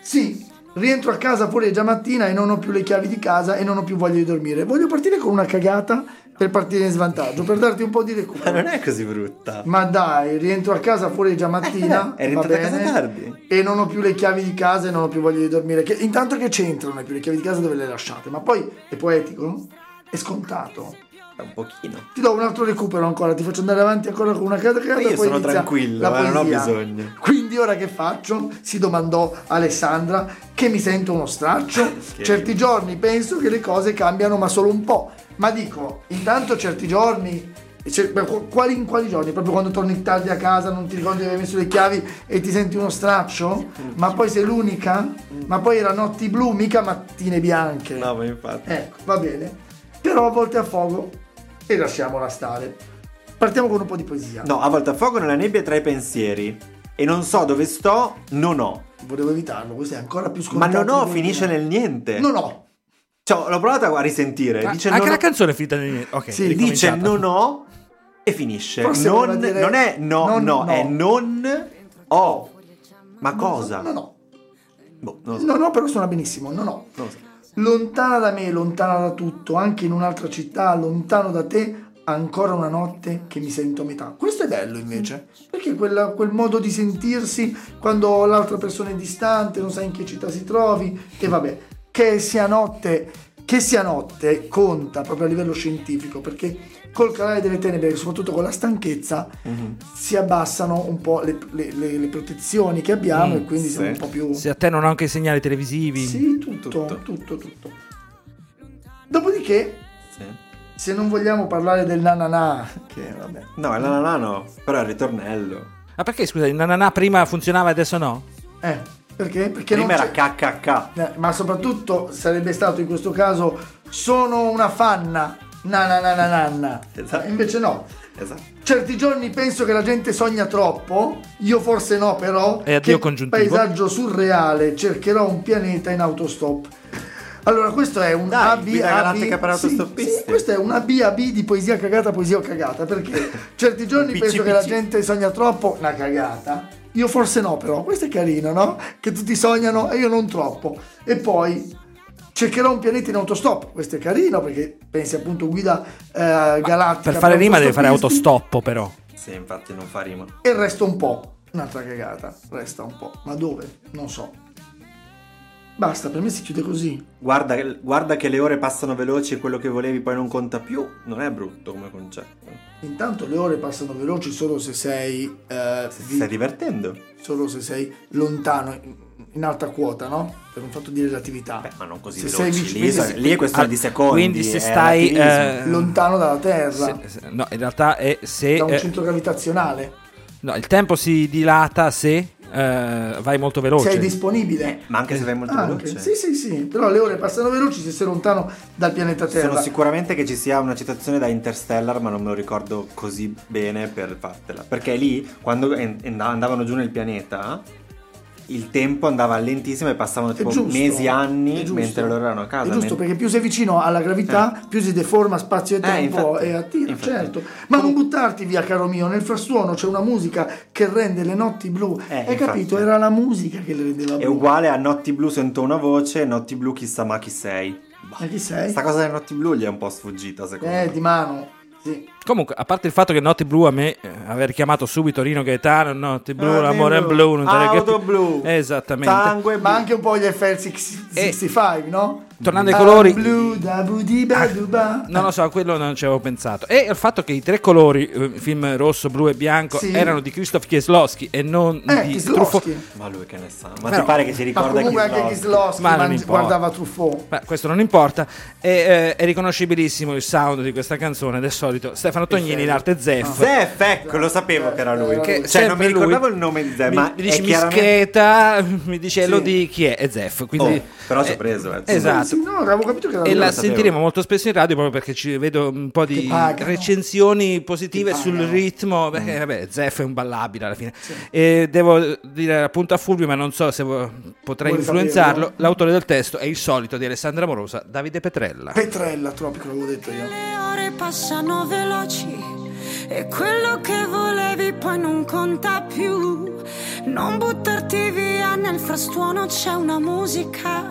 Speaker 4: Sì, rientro a casa fuori è già mattina e non ho più le chiavi di casa e non ho più voglia di dormire. Voglio partire con una cagata per partire in svantaggio, per darti un po' di
Speaker 3: Ma
Speaker 4: recupero.
Speaker 3: non è così brutta.
Speaker 4: Ma dai, rientro a casa fuori è già mattina.
Speaker 3: Eh, è rientrato
Speaker 4: va
Speaker 3: a casa
Speaker 4: bene,
Speaker 3: tardi.
Speaker 4: E non ho più le chiavi di casa e non ho più voglia di dormire. Che- intanto che c'entra, non hai più le chiavi di casa dove le lasciate. Ma poi è poetico? È scontato.
Speaker 3: Un pochino.
Speaker 4: Ti do un altro recupero ancora, ti faccio andare avanti ancora con una casa
Speaker 3: Ma
Speaker 4: creata.
Speaker 3: io
Speaker 4: e poi
Speaker 3: sono
Speaker 4: inizia
Speaker 3: tranquillo,
Speaker 4: la
Speaker 3: ma non ho
Speaker 4: poesia.
Speaker 3: bisogno.
Speaker 4: Quindi ora che faccio? Si domandò Alessandra, che mi sento uno straccio. certi giorni penso che le cose cambiano, ma solo un po'. Ma dico, intanto certi giorni. e cer- ma qu- quali, in quali giorni? Proprio quando torni tardi a casa, non ti ricordi di aver messo le chiavi e ti senti uno straccio?
Speaker 3: Mm.
Speaker 4: Ma poi sei l'unica? Ma poi era notti blu, mica mattine bianche.
Speaker 3: No, ma infatti.
Speaker 4: Ecco, va bene. Però a volte a fuoco e lasciamola stare. Partiamo con un po' di poesia.
Speaker 3: No, a volte a fuoco nella nebbia tra i pensieri. E non so dove sto, non ho.
Speaker 4: Volevo evitarlo, questo è ancora più
Speaker 3: Ma
Speaker 4: scontato.
Speaker 3: non ho
Speaker 4: di-
Speaker 3: finisce nel niente.
Speaker 4: No, no.
Speaker 3: Cioè, l'ho provata a risentire.
Speaker 1: Ma
Speaker 3: Eh, dice
Speaker 1: anche
Speaker 3: non
Speaker 1: la
Speaker 3: ho-
Speaker 1: canzone è finita nel niente. Ok,
Speaker 4: Sì,
Speaker 3: dice
Speaker 1: ricominciata.
Speaker 3: non ho e finisce.
Speaker 4: Forse
Speaker 3: Non,
Speaker 4: voleva dire
Speaker 3: non è no,
Speaker 4: non-
Speaker 3: no,
Speaker 4: no.
Speaker 3: è non ho. Ma cosa?
Speaker 4: No, no.
Speaker 3: Boh, non lo so.
Speaker 4: No, no, però suona benissimo. No, no.
Speaker 3: non lo so.
Speaker 4: Lontana da me, lontana da tutto, anche in un'altra città, lontano da te, ancora una notte che mi sento a metà. Questo è bello invece, perché quella- quel modo di sentirsi quando l'altra persona è distante, non sai in che città si trovi, e vabbè, che sia notte, che sia notte conta proprio a livello scientifico, perché col calare delle tenebre, soprattutto con la stanchezza,
Speaker 3: Mhm.
Speaker 4: si abbassano un po' le, le- le- le protezioni che abbiamo e quindi siamo
Speaker 3: Mm, sì.
Speaker 4: un po' più...
Speaker 1: Se a te non ho anche i segnali televisivi.
Speaker 4: Sì, tutto,
Speaker 3: Tutto.
Speaker 4: tutto, tutto. Dopodiché,
Speaker 3: Sì.
Speaker 4: se non vogliamo parlare del nananà, che vabbè.
Speaker 3: No, è la nanano, però è il ritornello.
Speaker 1: Ma perché scusa, il nananà prima funzionava e adesso no?
Speaker 4: Eh, perché? Perché
Speaker 3: Prima
Speaker 4: non
Speaker 3: era
Speaker 4: c'è-
Speaker 3: KKK.
Speaker 4: Eh, Ma soprattutto sarebbe stato in questo caso sono una fanna. Na na na na na na.
Speaker 3: Esatto.
Speaker 4: Invece no.
Speaker 3: Esatto.
Speaker 4: Certi giorni penso che la gente sogna troppo, io forse no però,
Speaker 1: E addio
Speaker 4: che
Speaker 1: congiuntivo.
Speaker 4: paesaggio surreale, cercherò un pianeta in autostop. Allora questo è un
Speaker 3: Dai,
Speaker 4: AB,
Speaker 3: guida galattica per
Speaker 4: sì,
Speaker 3: autostoppisti.
Speaker 4: sì, questo è un AB, AB di poesia cagata, poesia cagata, perché certi giorni
Speaker 3: Un
Speaker 4: penso
Speaker 3: PC.
Speaker 4: che la gente sogna troppo, una cagata. Io forse no però, questo è carino, no? Che tutti sognano e io non troppo. E poi cercherò un pianeta in autostop, questo è carino perché pensi appunto guida eh, galattica.
Speaker 1: Per fare rima deve fare
Speaker 4: autostoppisti.
Speaker 1: autostoppo però.
Speaker 3: Sì, infatti non fa rima.
Speaker 4: E resta un po'. Un'altra cagata. Resta un po'. Ma dove? Non so. Basta, per me si chiude così.
Speaker 3: Guarda, guarda che le ore passano veloci e quello che volevi poi non conta più. Non è brutto come concetto.
Speaker 4: Intanto le ore passano veloci solo se sei. eh,
Speaker 3: Se ti
Speaker 4: vi-
Speaker 3: stai divertendo.
Speaker 4: solo se sei lontano, in, in alta quota, no? Per un fatto di relatività.
Speaker 3: Beh, ma non così
Speaker 4: Se sei
Speaker 3: veloci.
Speaker 4: vicino-
Speaker 3: Lì, so- lì è questione
Speaker 1: Ah,
Speaker 3: di secondi.
Speaker 1: quindi se
Speaker 3: è
Speaker 1: stai, eh,
Speaker 3: relativismo.
Speaker 4: Lontano dalla
Speaker 3: Esatto.
Speaker 4: Terra,
Speaker 1: Se- se- no, in realtà è se...
Speaker 4: da un
Speaker 1: eh,
Speaker 4: centro gravitazionale.
Speaker 1: no, il tempo si dilata se eh, vai molto veloce.
Speaker 4: Sei disponibile.
Speaker 3: Ma anche se vai Eh, molto veloce.
Speaker 4: Anche. ah, Sì, sì, sì. Però le ore passano veloci se sei lontano dal pianeta Terra.
Speaker 3: Sono sicuramente che ci sia una citazione da Interstellar, ma non me lo ricordo così bene per fartela. Perché lì, quando en- en- andavano giù nel pianeta, il tempo andava lentissimo e passavano
Speaker 4: È
Speaker 3: tipo
Speaker 4: giusto,
Speaker 3: mesi,
Speaker 4: è
Speaker 3: anni,
Speaker 4: giusto.
Speaker 3: mentre loro erano a casa.
Speaker 4: È giusto
Speaker 3: Men-
Speaker 4: perché più sei vicino alla gravità, più si deforma spazio e tempo
Speaker 3: infatti,
Speaker 4: e attira,
Speaker 3: infatti.
Speaker 4: certo. Ma non buttarti via, caro mio, nel frastuono c'è una musica che rende le notti blu.
Speaker 3: Eh,
Speaker 4: Hai
Speaker 3: infatti.
Speaker 4: capito? Era la musica che le rendeva
Speaker 3: È
Speaker 4: blu.
Speaker 3: uguale a Notti Blu sento una voce, Notti Blu chissà ma chi sei. Bah.
Speaker 4: Ma chi sei?
Speaker 3: Sta cosa delle Notti Blu gli è un po' sfuggita, secondo
Speaker 4: Eh,
Speaker 3: me.
Speaker 4: di mano. Sì.
Speaker 1: Comunque, a parte il fatto che Notti Blu a me eh, aver chiamato subito Rino Gaetano, Notti Blu,
Speaker 3: Ah, Notti
Speaker 1: l'amore è
Speaker 3: Blu. Ah,
Speaker 1: blu, non sarei
Speaker 3: Auto
Speaker 1: che-
Speaker 3: blu.
Speaker 1: Esattamente.
Speaker 3: Sangue
Speaker 4: Ma
Speaker 3: blu.
Speaker 4: anche un po' gli
Speaker 3: Eh.
Speaker 4: FL65, no?
Speaker 1: Tornando ai
Speaker 4: Ah,
Speaker 1: colori,
Speaker 4: Blu, da bu di ba du ba.
Speaker 1: non lo so, quello non ci avevo pensato. E il fatto che i tre colori, eh, film rosso, blu e bianco,
Speaker 4: Sì.
Speaker 1: erano di Krzysztof Kieslowski e non
Speaker 4: Eh,
Speaker 1: di
Speaker 4: Kieslowski.
Speaker 1: Truffaut.
Speaker 3: Ma lui che ne sa. Ma
Speaker 1: Però-
Speaker 3: ti pare che si
Speaker 4: Ma
Speaker 3: ricorda
Speaker 4: comunque
Speaker 3: chi
Speaker 4: anche Kislowski
Speaker 1: Ma non
Speaker 4: mangi-
Speaker 1: importa.
Speaker 4: guardava Truffaut.
Speaker 1: Beh, questo non importa. E, eh, è riconoscibilissimo il sound di questa canzone del solito Stefano Tognini in arte Zef.
Speaker 3: Zef, ecco, lo sapevo che era lui.
Speaker 1: Che
Speaker 3: cioè, non mi
Speaker 1: sempre
Speaker 3: ricordavo
Speaker 1: lui.
Speaker 3: il nome di Zef,
Speaker 1: Mi,
Speaker 3: ma
Speaker 1: mi dice
Speaker 3: è chiaramente...
Speaker 1: Mischeta, mi dice Elodie chi è? È Zef. Quindi,
Speaker 3: Oh, però ci ho
Speaker 1: eh,
Speaker 3: preso, eh.
Speaker 1: Esatto.
Speaker 4: Sì, no, avevo capito che era
Speaker 1: E
Speaker 4: lui.
Speaker 1: la
Speaker 3: lo sapevo.
Speaker 1: sentiremo molto spesso in radio proprio perché ci vedo un po'
Speaker 4: Che
Speaker 1: di
Speaker 4: pagano.
Speaker 1: recensioni positive
Speaker 4: Che Mm.
Speaker 1: sul
Speaker 4: pagano.
Speaker 1: ritmo. Perché, vabbè, Zef è un ballabile alla fine. E devo dire appunto a Fulvio, ma non so se vo- potrei
Speaker 4: Vuoi
Speaker 1: influenzarlo.
Speaker 4: saperlo?
Speaker 1: L'autore del testo è il solito di Alessandra Morosa, Davide Petrella.
Speaker 4: Petrella, troppo, l'avevo detto io.
Speaker 8: Le ore passano veloci e quello che volevi poi non conta più. Non buttarti via nel frastuono c'è una musica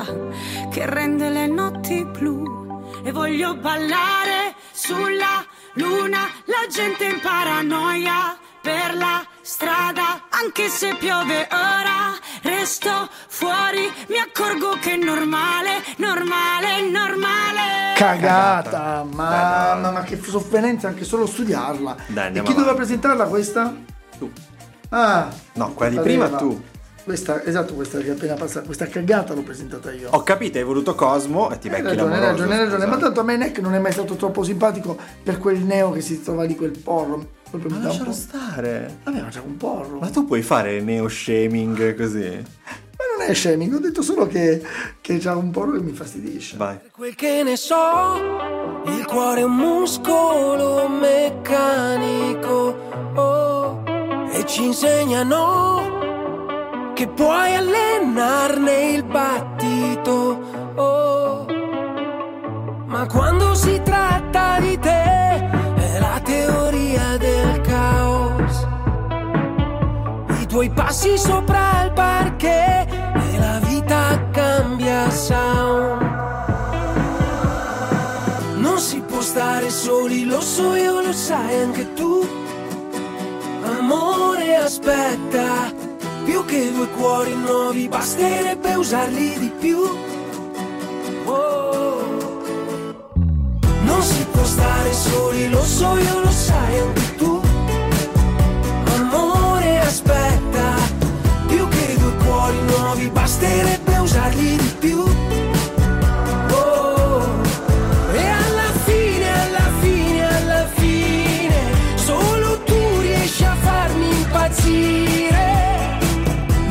Speaker 8: che rende le notti blu. E voglio ballare sulla luna, la gente in paranoia per la strada, anche se piove ora. Resto fuori, mi accorgo che è normale, normale, normale.
Speaker 4: Cagata,
Speaker 3: Cagata.
Speaker 4: mamma,
Speaker 3: Dai, dai.
Speaker 4: ma che sofferenza anche solo studiarla.
Speaker 3: Dai,
Speaker 4: e chi
Speaker 3: andiamo
Speaker 4: doveva
Speaker 3: avanti.
Speaker 4: presentarla questa?
Speaker 3: Tu.
Speaker 4: Ah,
Speaker 3: No, quella di
Speaker 4: pareva.
Speaker 3: prima tu.
Speaker 4: Questa, esatto, questa che è appena passata, questa cagata l'ho presentata io.
Speaker 3: Ho capito, hai voluto Cosmo e ti
Speaker 4: Hai
Speaker 3: becchi
Speaker 4: ragione, hai
Speaker 3: l'amoroso. Esatto.
Speaker 4: ragione, hai ragione, ma
Speaker 3: scusa.
Speaker 4: tanto a me Neck non è mai stato troppo simpatico per quel neo che si trova lì, quel porro. Proprio
Speaker 3: Ma
Speaker 4: mi dà un
Speaker 3: lascialo
Speaker 4: po'.
Speaker 3: stare.
Speaker 4: Vabbè, ma c'è un porro.
Speaker 3: Ma tu puoi fare neo-shaming così?
Speaker 4: Ma non è shaming, ho detto solo che, che c'è un porro che mi fastidisce.
Speaker 3: Vai.
Speaker 5: Quel che ne so, il cuore è un muscolo meccanico oh, e ci insegnano che puoi allenarne il battito. oh. Ma quando si tratta di te è la teoria del caos. I tuoi passi sopra il parquet e la vita cambia sound. Non si può stare soli, lo so io, lo sai anche tu. Amore, aspetta, più che due cuori nuovi, basterebbe usarli di più. Oh. Non si può stare soli, lo so io, lo sai anche tu. Amore, aspetta, più che due cuori nuovi, basterebbe usarli di più. Oh. E alla fine, alla fine, alla fine, solo tu riesci a farmi impazzire.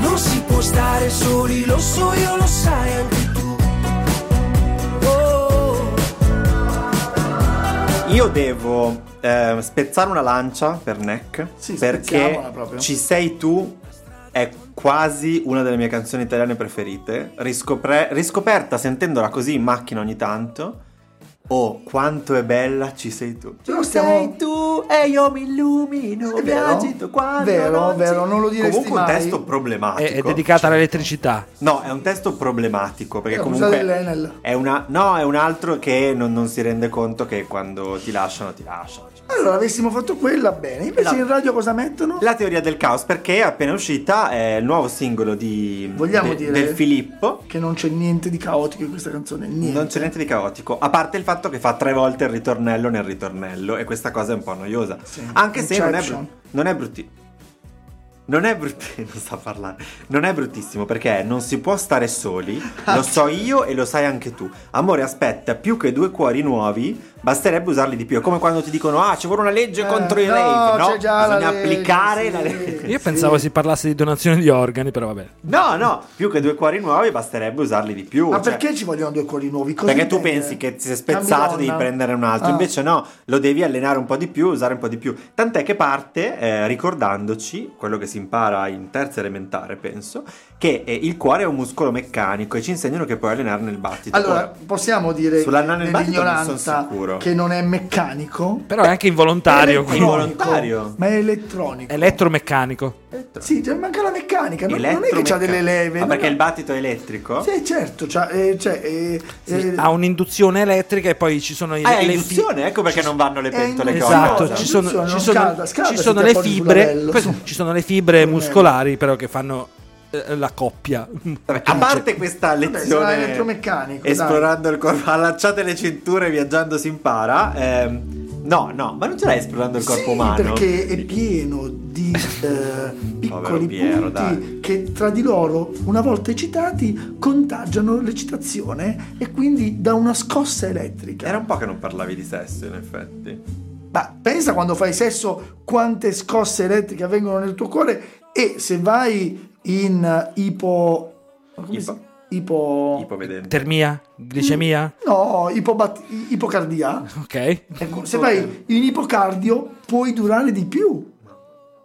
Speaker 5: Non si può stare soli, lo so io, lo sai anche tu. Oh,
Speaker 3: Io devo eh, spezzare una lancia per Neck
Speaker 4: Sì,
Speaker 3: perché
Speaker 4: spezziamola proprio.
Speaker 3: Ci sei tu è quasi una delle mie canzoni italiane preferite, Riscopre- riscoperta sentendola così in macchina ogni tanto. Oh, quanto è bella ci sei tu.
Speaker 4: Però Cioè, stiamo-
Speaker 3: tu e io mi illumino,
Speaker 4: È vero? Vero, vero, non lo diresti
Speaker 3: Comunque un
Speaker 4: mai.
Speaker 3: testo problematico.
Speaker 1: È, è dedicata all'elettricità.
Speaker 3: No, è un testo problematico perché
Speaker 4: Eh,
Speaker 3: comunque
Speaker 4: usate l'Enel.
Speaker 3: è una no, è un altro che non, non si rende conto che quando ti lasciano ti lasciano. Cioè,
Speaker 4: Allora avessimo fatto quella bene. Invece
Speaker 3: La-
Speaker 4: in radio cosa mettono?
Speaker 3: La teoria del caos perché è appena uscita è il nuovo singolo di
Speaker 4: Vogliamo
Speaker 3: de-
Speaker 4: dire-
Speaker 3: del Filippo.
Speaker 4: Che non c'è niente di caotico in questa canzone. Niente.
Speaker 3: Non c'è niente di caotico, a parte il fatto che fa tre volte il ritornello nel ritornello e questa cosa è un po' noiosa.
Speaker 4: Sì,
Speaker 3: Anche se non è,
Speaker 4: Inception.
Speaker 3: bru- non è brutti. Non è bruttissimo, non so parlare. Non è bruttissimo perché non si può stare soli. Lo so io e lo sai anche tu. Amore, aspetta, più che due cuori nuovi, basterebbe usarli di più. È come quando ti dicono: "Ah, ci vuole una legge
Speaker 4: Eh,
Speaker 3: contro i
Speaker 4: no,
Speaker 3: rave". No,
Speaker 4: c'è già la
Speaker 3: bisogna
Speaker 4: legge,
Speaker 3: applicare
Speaker 4: sì.
Speaker 3: la legge.
Speaker 1: Io pensavo si parlasse di donazione di organi, però vabbè.
Speaker 3: No, no, più che due cuori nuovi, basterebbe usarli di più.
Speaker 4: Ma
Speaker 3: cioè-
Speaker 4: perché ci vogliono due cuori nuovi? Cosa
Speaker 3: perché tu
Speaker 4: intende?
Speaker 3: pensi che ti sei
Speaker 4: Cambi
Speaker 3: spezzato devi
Speaker 4: donna.
Speaker 3: prendere un altro,
Speaker 4: Ah.
Speaker 3: invece no, lo devi allenare un po' di più, usare un po' di più. Tant'è che parte eh, ricordandoci quello che si impara in terza elementare, penso, che eh, il cuore è un muscolo meccanico e ci insegnano che puoi allenare nel battito.
Speaker 4: Allora,
Speaker 3: Ora,
Speaker 4: possiamo dire
Speaker 3: Sulla non nel battito non sono
Speaker 4: nell'ignoranza
Speaker 3: sicuro.
Speaker 4: che non è meccanico,
Speaker 1: Però è anche involontario.
Speaker 4: È
Speaker 1: quindi-
Speaker 4: elettronico,
Speaker 3: involontario.
Speaker 4: Ma è elettronico.
Speaker 1: Elettromeccanico.
Speaker 4: Sì, cioè, manca la meccanica. Non, non è che c'ha
Speaker 3: elettromecca-
Speaker 4: delle leve.
Speaker 3: Ah,
Speaker 4: non
Speaker 3: perché
Speaker 4: è-
Speaker 3: il battito è elettrico?
Speaker 4: Sì, certo. c'ha, eh, cioè, eh, eh,
Speaker 1: Ha un'induzione elettrica e poi ci sono i-
Speaker 3: Ah, è
Speaker 1: le
Speaker 3: induzione, ecco perché non vanno le
Speaker 4: è
Speaker 3: pentole
Speaker 4: induzione.
Speaker 1: Esatto,
Speaker 3: cosa.
Speaker 1: ci sono,
Speaker 4: Induzione,
Speaker 1: ci
Speaker 4: non
Speaker 1: sono-
Speaker 4: scalda, scalda
Speaker 1: ci
Speaker 4: se
Speaker 1: sono
Speaker 4: ti
Speaker 1: le
Speaker 4: appoggi sul
Speaker 1: fibre,
Speaker 4: lavello.
Speaker 1: questo- ci sono le fibre
Speaker 4: Tornello.
Speaker 1: muscolari però che fanno eh, la coppia.
Speaker 3: Vabbè, a parte questa lezione
Speaker 4: sarà elettromeccanico, dai.
Speaker 3: esplorando il corpo, allacciate le cinture, viaggiando si impara. ehm, no, no, ma non ce l'hai esplorando il corpo
Speaker 4: sì,
Speaker 3: umano.
Speaker 4: perché è pieno di eh, piccoli
Speaker 3: Piero,
Speaker 4: punti
Speaker 3: dai.
Speaker 4: che tra di loro, una volta eccitati, contagiano l'eccitazione e quindi dà una scossa elettrica.
Speaker 3: Era un po' che non parlavi di sesso, in effetti.
Speaker 4: Ma pensa quando fai sesso quante scosse elettriche avvengono nel tuo cuore e se vai in eh, ipo... come si-
Speaker 3: Ipo.
Speaker 4: ipo...
Speaker 3: Ipovedente.
Speaker 1: Termia, glicemia,
Speaker 4: No, ipobat- i- ipocardia.
Speaker 1: ok?
Speaker 4: Ecco, se vai in ipocardio puoi durare di più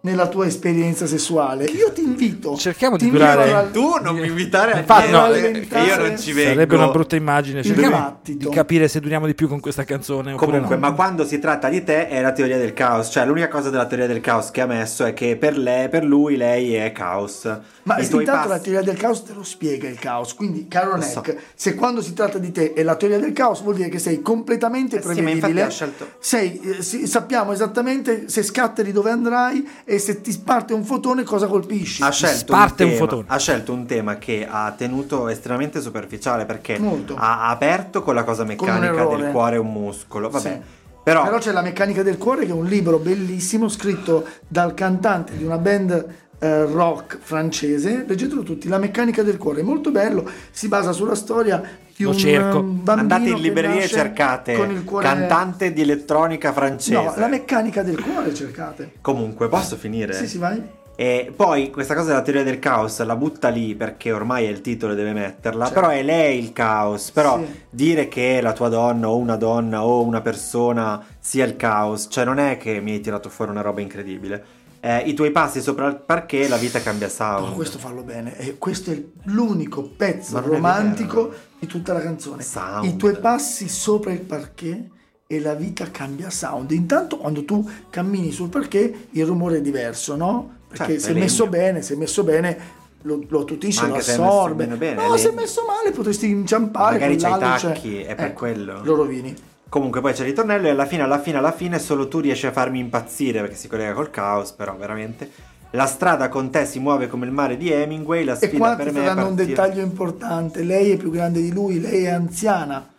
Speaker 4: nella tua esperienza sessuale. Io ti invito.
Speaker 1: Cerchiamo di
Speaker 4: ti invito
Speaker 1: durare.
Speaker 4: alla-
Speaker 3: Tu non mi invitare a
Speaker 1: Infatti,
Speaker 3: dire
Speaker 1: no,
Speaker 3: che io non ci vengo.
Speaker 1: Sarebbe una brutta immagine
Speaker 4: Il
Speaker 1: cerchiamo
Speaker 4: battito.
Speaker 1: di capire se duriamo di più con questa canzone oppure
Speaker 3: Comunque,
Speaker 1: no.
Speaker 3: ma quando si tratta di te è la teoria del caos. Cioè, l'unica cosa della teoria del caos che ha messo è che per, lei, per lui lei è caos.
Speaker 4: Ma
Speaker 3: I tuoi
Speaker 4: intanto la
Speaker 3: passi-
Speaker 4: teoria del caos te lo spiega il caos. Quindi, caro
Speaker 3: Lo so.
Speaker 4: Neck, se quando si tratta di te è la teoria del caos, vuol dire che sei completamente
Speaker 3: Eh sì, ma infatti
Speaker 4: prevedibile.
Speaker 3: ha scelto-
Speaker 4: sei, eh, si- sappiamo esattamente se scatteri dove andrai e se ti parte un fotone cosa colpisci.
Speaker 3: ha scelto, un
Speaker 1: Sparte un
Speaker 3: tema,
Speaker 1: fotone.
Speaker 3: ha scelto un tema che ha tenuto estremamente superficiale perché
Speaker 4: Molto.
Speaker 3: ha aperto con la cosa meccanica
Speaker 4: errore.
Speaker 3: del cuore un muscolo. Vabbè.
Speaker 4: Sì.
Speaker 3: Però,
Speaker 4: Però c'è La meccanica del cuore che è un libro bellissimo scritto dal cantante di una band eh, rock francese. Leggetelo tutti, La meccanica del cuore, è molto bello, si basa sulla storia di
Speaker 1: Lo
Speaker 4: un
Speaker 1: cerco.
Speaker 4: eh, bambino
Speaker 3: andate in
Speaker 4: che
Speaker 3: libreria e
Speaker 4: nasce
Speaker 3: cercate
Speaker 4: con il cuore
Speaker 3: cantante di elettronica francese.
Speaker 4: No, La meccanica del cuore cercate.
Speaker 3: Comunque, posso finire?
Speaker 4: Sì, sì, vai.
Speaker 3: E poi questa cosa della teoria del caos la butta lì perché ormai è il titolo e deve metterla, però è lei il caos, però
Speaker 4: Certo. Sì.
Speaker 3: dire che la tua donna o una donna o una persona sia il caos, cioè non è che mi hai tirato fuori una roba incredibile. Eh, I tuoi passi sopra il parquet, la vita cambia sound.
Speaker 4: No, questo fallo bene. E questo è l'unico pezzo
Speaker 3: Ma non è
Speaker 4: romantico
Speaker 3: vero.
Speaker 4: di tutta la canzone.
Speaker 3: Sound.
Speaker 4: I tuoi passi sopra il parquet e la vita cambia sound. Intanto quando tu cammini sul parquet il rumore è diverso, no? Perché
Speaker 3: Certo,
Speaker 4: se
Speaker 3: è
Speaker 4: è messo
Speaker 3: legno.
Speaker 4: bene, se è messo bene lo, lo attutisce,
Speaker 3: Ma
Speaker 4: lo
Speaker 3: anche se è messo
Speaker 4: assorbe.
Speaker 3: meno bene, è
Speaker 4: no, se è
Speaker 3: legno.
Speaker 4: messo male potresti inciampare.
Speaker 3: Magari
Speaker 4: con
Speaker 3: c'hai i
Speaker 4: l'alluce.
Speaker 3: tacchi, è per
Speaker 4: Ecco,
Speaker 3: quello.
Speaker 4: Lo rovini.
Speaker 3: Comunque poi c'è il ritornello e alla fine, alla fine, alla fine solo tu riesci a farmi impazzire perché si collega col caos, però veramente... La strada con te si muove come il mare di Hemingway, la
Speaker 4: E qua
Speaker 3: sfida
Speaker 4: ti
Speaker 3: per me è
Speaker 4: daranno un
Speaker 3: partire...
Speaker 4: dettaglio importante: lei è più grande di lui, lei è anziana.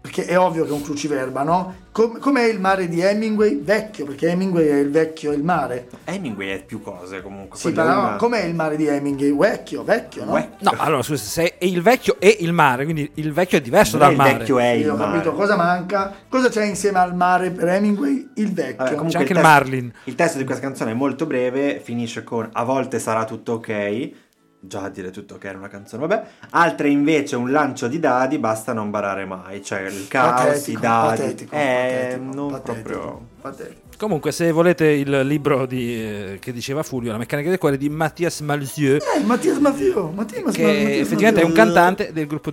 Speaker 4: Perché è ovvio che è un cruciverba, no? Com- com'è il mare di Hemingway? Vecchio, perché Hemingway è il vecchio e il mare.
Speaker 3: Hemingway è più cose comunque.
Speaker 4: Sì,
Speaker 3: quella
Speaker 4: però
Speaker 3: è una-
Speaker 4: com'è il mare di Hemingway? Vecchio, vecchio, no?
Speaker 3: Uè,
Speaker 1: No, allora scusa, se è il vecchio e il mare, quindi il vecchio è diverso
Speaker 3: non è
Speaker 1: dal
Speaker 3: il
Speaker 1: mare.
Speaker 3: vecchio eh. è il
Speaker 4: Io ho
Speaker 3: mare.
Speaker 4: capito cosa manca. Cosa c'è insieme al mare per Hemingway? Il vecchio. Cioè,
Speaker 3: Vabbè, comunque
Speaker 1: C'è anche il
Speaker 3: testo-
Speaker 1: Marlin.
Speaker 3: Il testo di questa canzone è molto breve, finisce con a volte sarà tutto ok. Già a dire tutto ok era una canzone, vabbè. Altre invece un lancio di dadi, basta non barare mai. Cioè il caos,
Speaker 4: patetico,
Speaker 3: i dadi.
Speaker 4: patetico,
Speaker 3: eh,
Speaker 4: patetico,
Speaker 3: non
Speaker 4: patetico,
Speaker 3: proprio...
Speaker 4: patetico.
Speaker 1: Comunque, se volete il libro di, eh, che diceva Fulvio, La meccanica del cuore di Mathias Malzieu,
Speaker 4: Eh, Mattias Matteo, Mattias Matteo.
Speaker 1: che effettivamente è un cantante del gruppo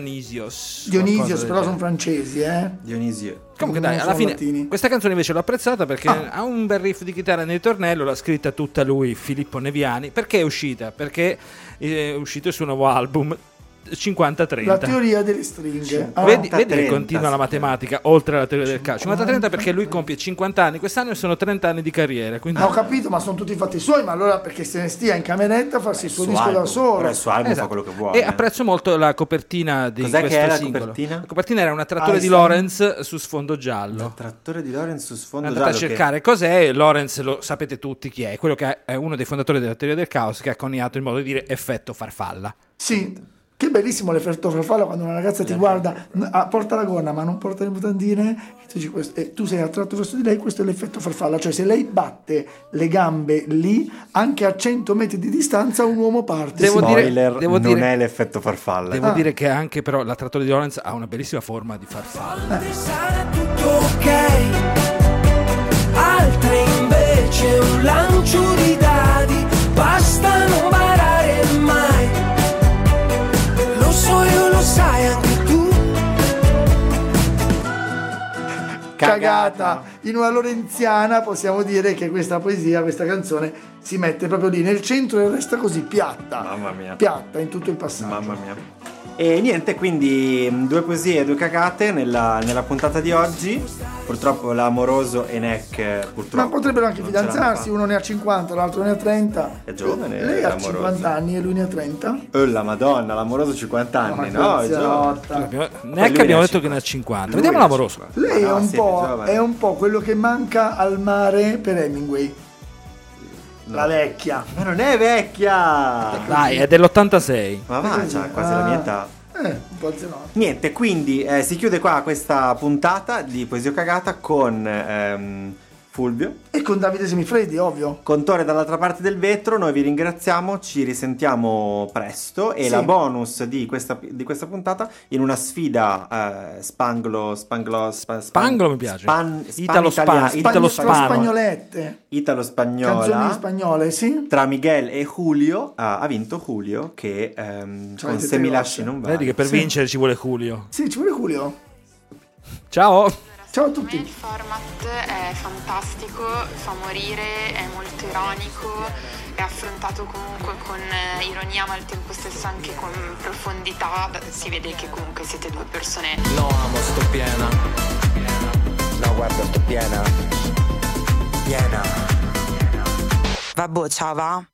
Speaker 1: Dionisios. qualcosa
Speaker 4: Dionisios,
Speaker 1: del
Speaker 4: però
Speaker 1: genere.
Speaker 4: sono francesi, eh.
Speaker 3: Dionisio.
Speaker 1: Comunque,
Speaker 4: non Ah.
Speaker 1: dai, alla
Speaker 4: sono
Speaker 1: fine
Speaker 4: latini.
Speaker 1: questa canzone invece l'ho apprezzata perché ha un bel riff di chitarra nel tornello. L'ha scritta tutta lui, Filippo Neviani. Perché è uscita? Perché eh, è uscito il suo nuovo album
Speaker 4: La
Speaker 1: 50-30.
Speaker 4: teoria delle stringhe. Ah,
Speaker 1: Vedi,
Speaker 3: 40-30,
Speaker 1: vedi che continua la
Speaker 3: sì.
Speaker 1: matematica oltre alla teoria del calcio 50-30 perché lui compie 50 anni quest'anno e sono 30 anni di carriera quindi
Speaker 4: Ah, ho capito, ma sono tutti fatti suoi, ma allora perché se ne stia in cameretta a farsi il suo disco da
Speaker 3: Però
Speaker 4: solo?
Speaker 3: il suo album
Speaker 1: Esatto.
Speaker 3: fa quello che vuole. eh.
Speaker 1: E apprezzo molto la copertina di
Speaker 3: Cos'è che
Speaker 1: questo
Speaker 3: è la
Speaker 1: singolo.
Speaker 3: copertina?
Speaker 1: La copertina era un attrattore
Speaker 4: Ah,
Speaker 1: di
Speaker 4: sì. Esatto.
Speaker 1: Lorenz su sfondo giallo.
Speaker 3: Trattore di Lorenz su sfondo
Speaker 1: Andate a
Speaker 3: giallo che-
Speaker 1: cercare cos'è. Lorenz lo sapete tutti chi è, quello che è uno dei fondatori della teoria del caos che ha coniato il modo di dire effetto farfalla.
Speaker 4: Sì. Che bellissimo l'effetto farfalla quando una ragazza
Speaker 3: Eh,
Speaker 4: ti guarda,
Speaker 3: certo.
Speaker 4: n- ah, porta la gonna ma non porta le mutandine e tu, dici questo- e tu sei attratto verso di lei, questo è l'effetto farfalla, cioè se lei batte le gambe lì, anche a 100 metri di distanza un uomo parte.
Speaker 1: Devo
Speaker 4: Sì.
Speaker 1: dire-
Speaker 3: Spoiler,
Speaker 1: devo
Speaker 3: non
Speaker 1: dire-
Speaker 3: è l'effetto farfalla.
Speaker 1: Devo
Speaker 4: Ah.
Speaker 1: dire che anche però l'attrattore di Lorenz ha una bellissima forma di farfalla.
Speaker 6: Altri sarà tutto ok, altre invece un lancio di dadi, basta non barare mai. Lo so io, lo sai anche tu.
Speaker 4: cagata in una lorenziana possiamo dire che questa poesia questa canzone si mette proprio lì nel centro e resta così piatta
Speaker 3: Mamma mia.
Speaker 4: piatta in tutto il passaggio
Speaker 3: Mamma mia. E niente, quindi mh, due poesie e due cagate nella, nella puntata di oggi. Purtroppo l'amoroso e Neck eh, purtroppo.
Speaker 4: ma potrebbero anche
Speaker 3: non
Speaker 4: fidanzarsi
Speaker 3: ce l'hanno
Speaker 4: uno ne ha 50 l'altro ne ha 30
Speaker 3: È giovane,
Speaker 4: lei
Speaker 3: è
Speaker 4: ha
Speaker 3: amoroso.
Speaker 4: 50 anni e lui ne ha 30
Speaker 3: fatta. Oh la madonna, l'amoroso 50 anni,
Speaker 4: Ma
Speaker 3: no? È giovane.
Speaker 4: Graziotta.
Speaker 1: Abbiamo-
Speaker 3: Poi lui
Speaker 1: Neanche abbiamo
Speaker 3: ne ha
Speaker 1: detto che ne ha 50. Vediamo
Speaker 3: Lui ne ha
Speaker 1: l'amoroso.
Speaker 3: 50.
Speaker 4: lei
Speaker 3: Ma
Speaker 4: è,
Speaker 3: no,
Speaker 4: un
Speaker 3: sì,
Speaker 4: po',
Speaker 3: giovane.
Speaker 4: è un po' quello che manca al mare per Hemingway la vecchia
Speaker 3: Ma non è vecchia!
Speaker 1: Dai, è dell'86.
Speaker 3: Ma va, c'ha quasi la mia età.
Speaker 4: eh, un po' zenotta
Speaker 3: Niente, quindi eh, si chiude qua questa puntata di Poesia Cagata con ehm, Fulvio,
Speaker 4: e con Davide Semifreddi ovvio
Speaker 3: con Tore dall'altra parte del vetro. Noi vi ringraziamo, ci risentiamo presto e
Speaker 4: Sì.
Speaker 3: la bonus di questa, di questa puntata in una sfida eh, spanglo, spanglo, spa- span-
Speaker 1: Spanglo mi piace.
Speaker 3: span-
Speaker 1: Italo
Speaker 3: span-
Speaker 1: span-
Speaker 3: italiana-
Speaker 1: Italo
Speaker 4: Spagno- tra
Speaker 1: Spano.
Speaker 4: spagnolette canzoni
Speaker 3: italo-spagnola
Speaker 4: spagnole sì
Speaker 3: tra Miguel e Julio. Ah, ha vinto Julio che ehm,
Speaker 4: Ci
Speaker 3: con
Speaker 4: avete
Speaker 3: Se mi
Speaker 4: tre
Speaker 3: lasci
Speaker 4: volte.
Speaker 3: non va.
Speaker 1: Vedi che per
Speaker 4: Sì.
Speaker 1: vincere ci vuole Julio.
Speaker 4: sì ci vuole Julio
Speaker 1: Ciao.
Speaker 4: ciao a
Speaker 9: Per me il
Speaker 4: tutti
Speaker 9: format è fantastico, fa morire, è molto ironico, è affrontato comunque con eh, ironia ma al tempo stesso anche con profondità, Beh, si vede che comunque siete due persone
Speaker 5: No, amo, sto piena. No, guarda, sto piena. Piena.
Speaker 10: Vabbè, ciao va.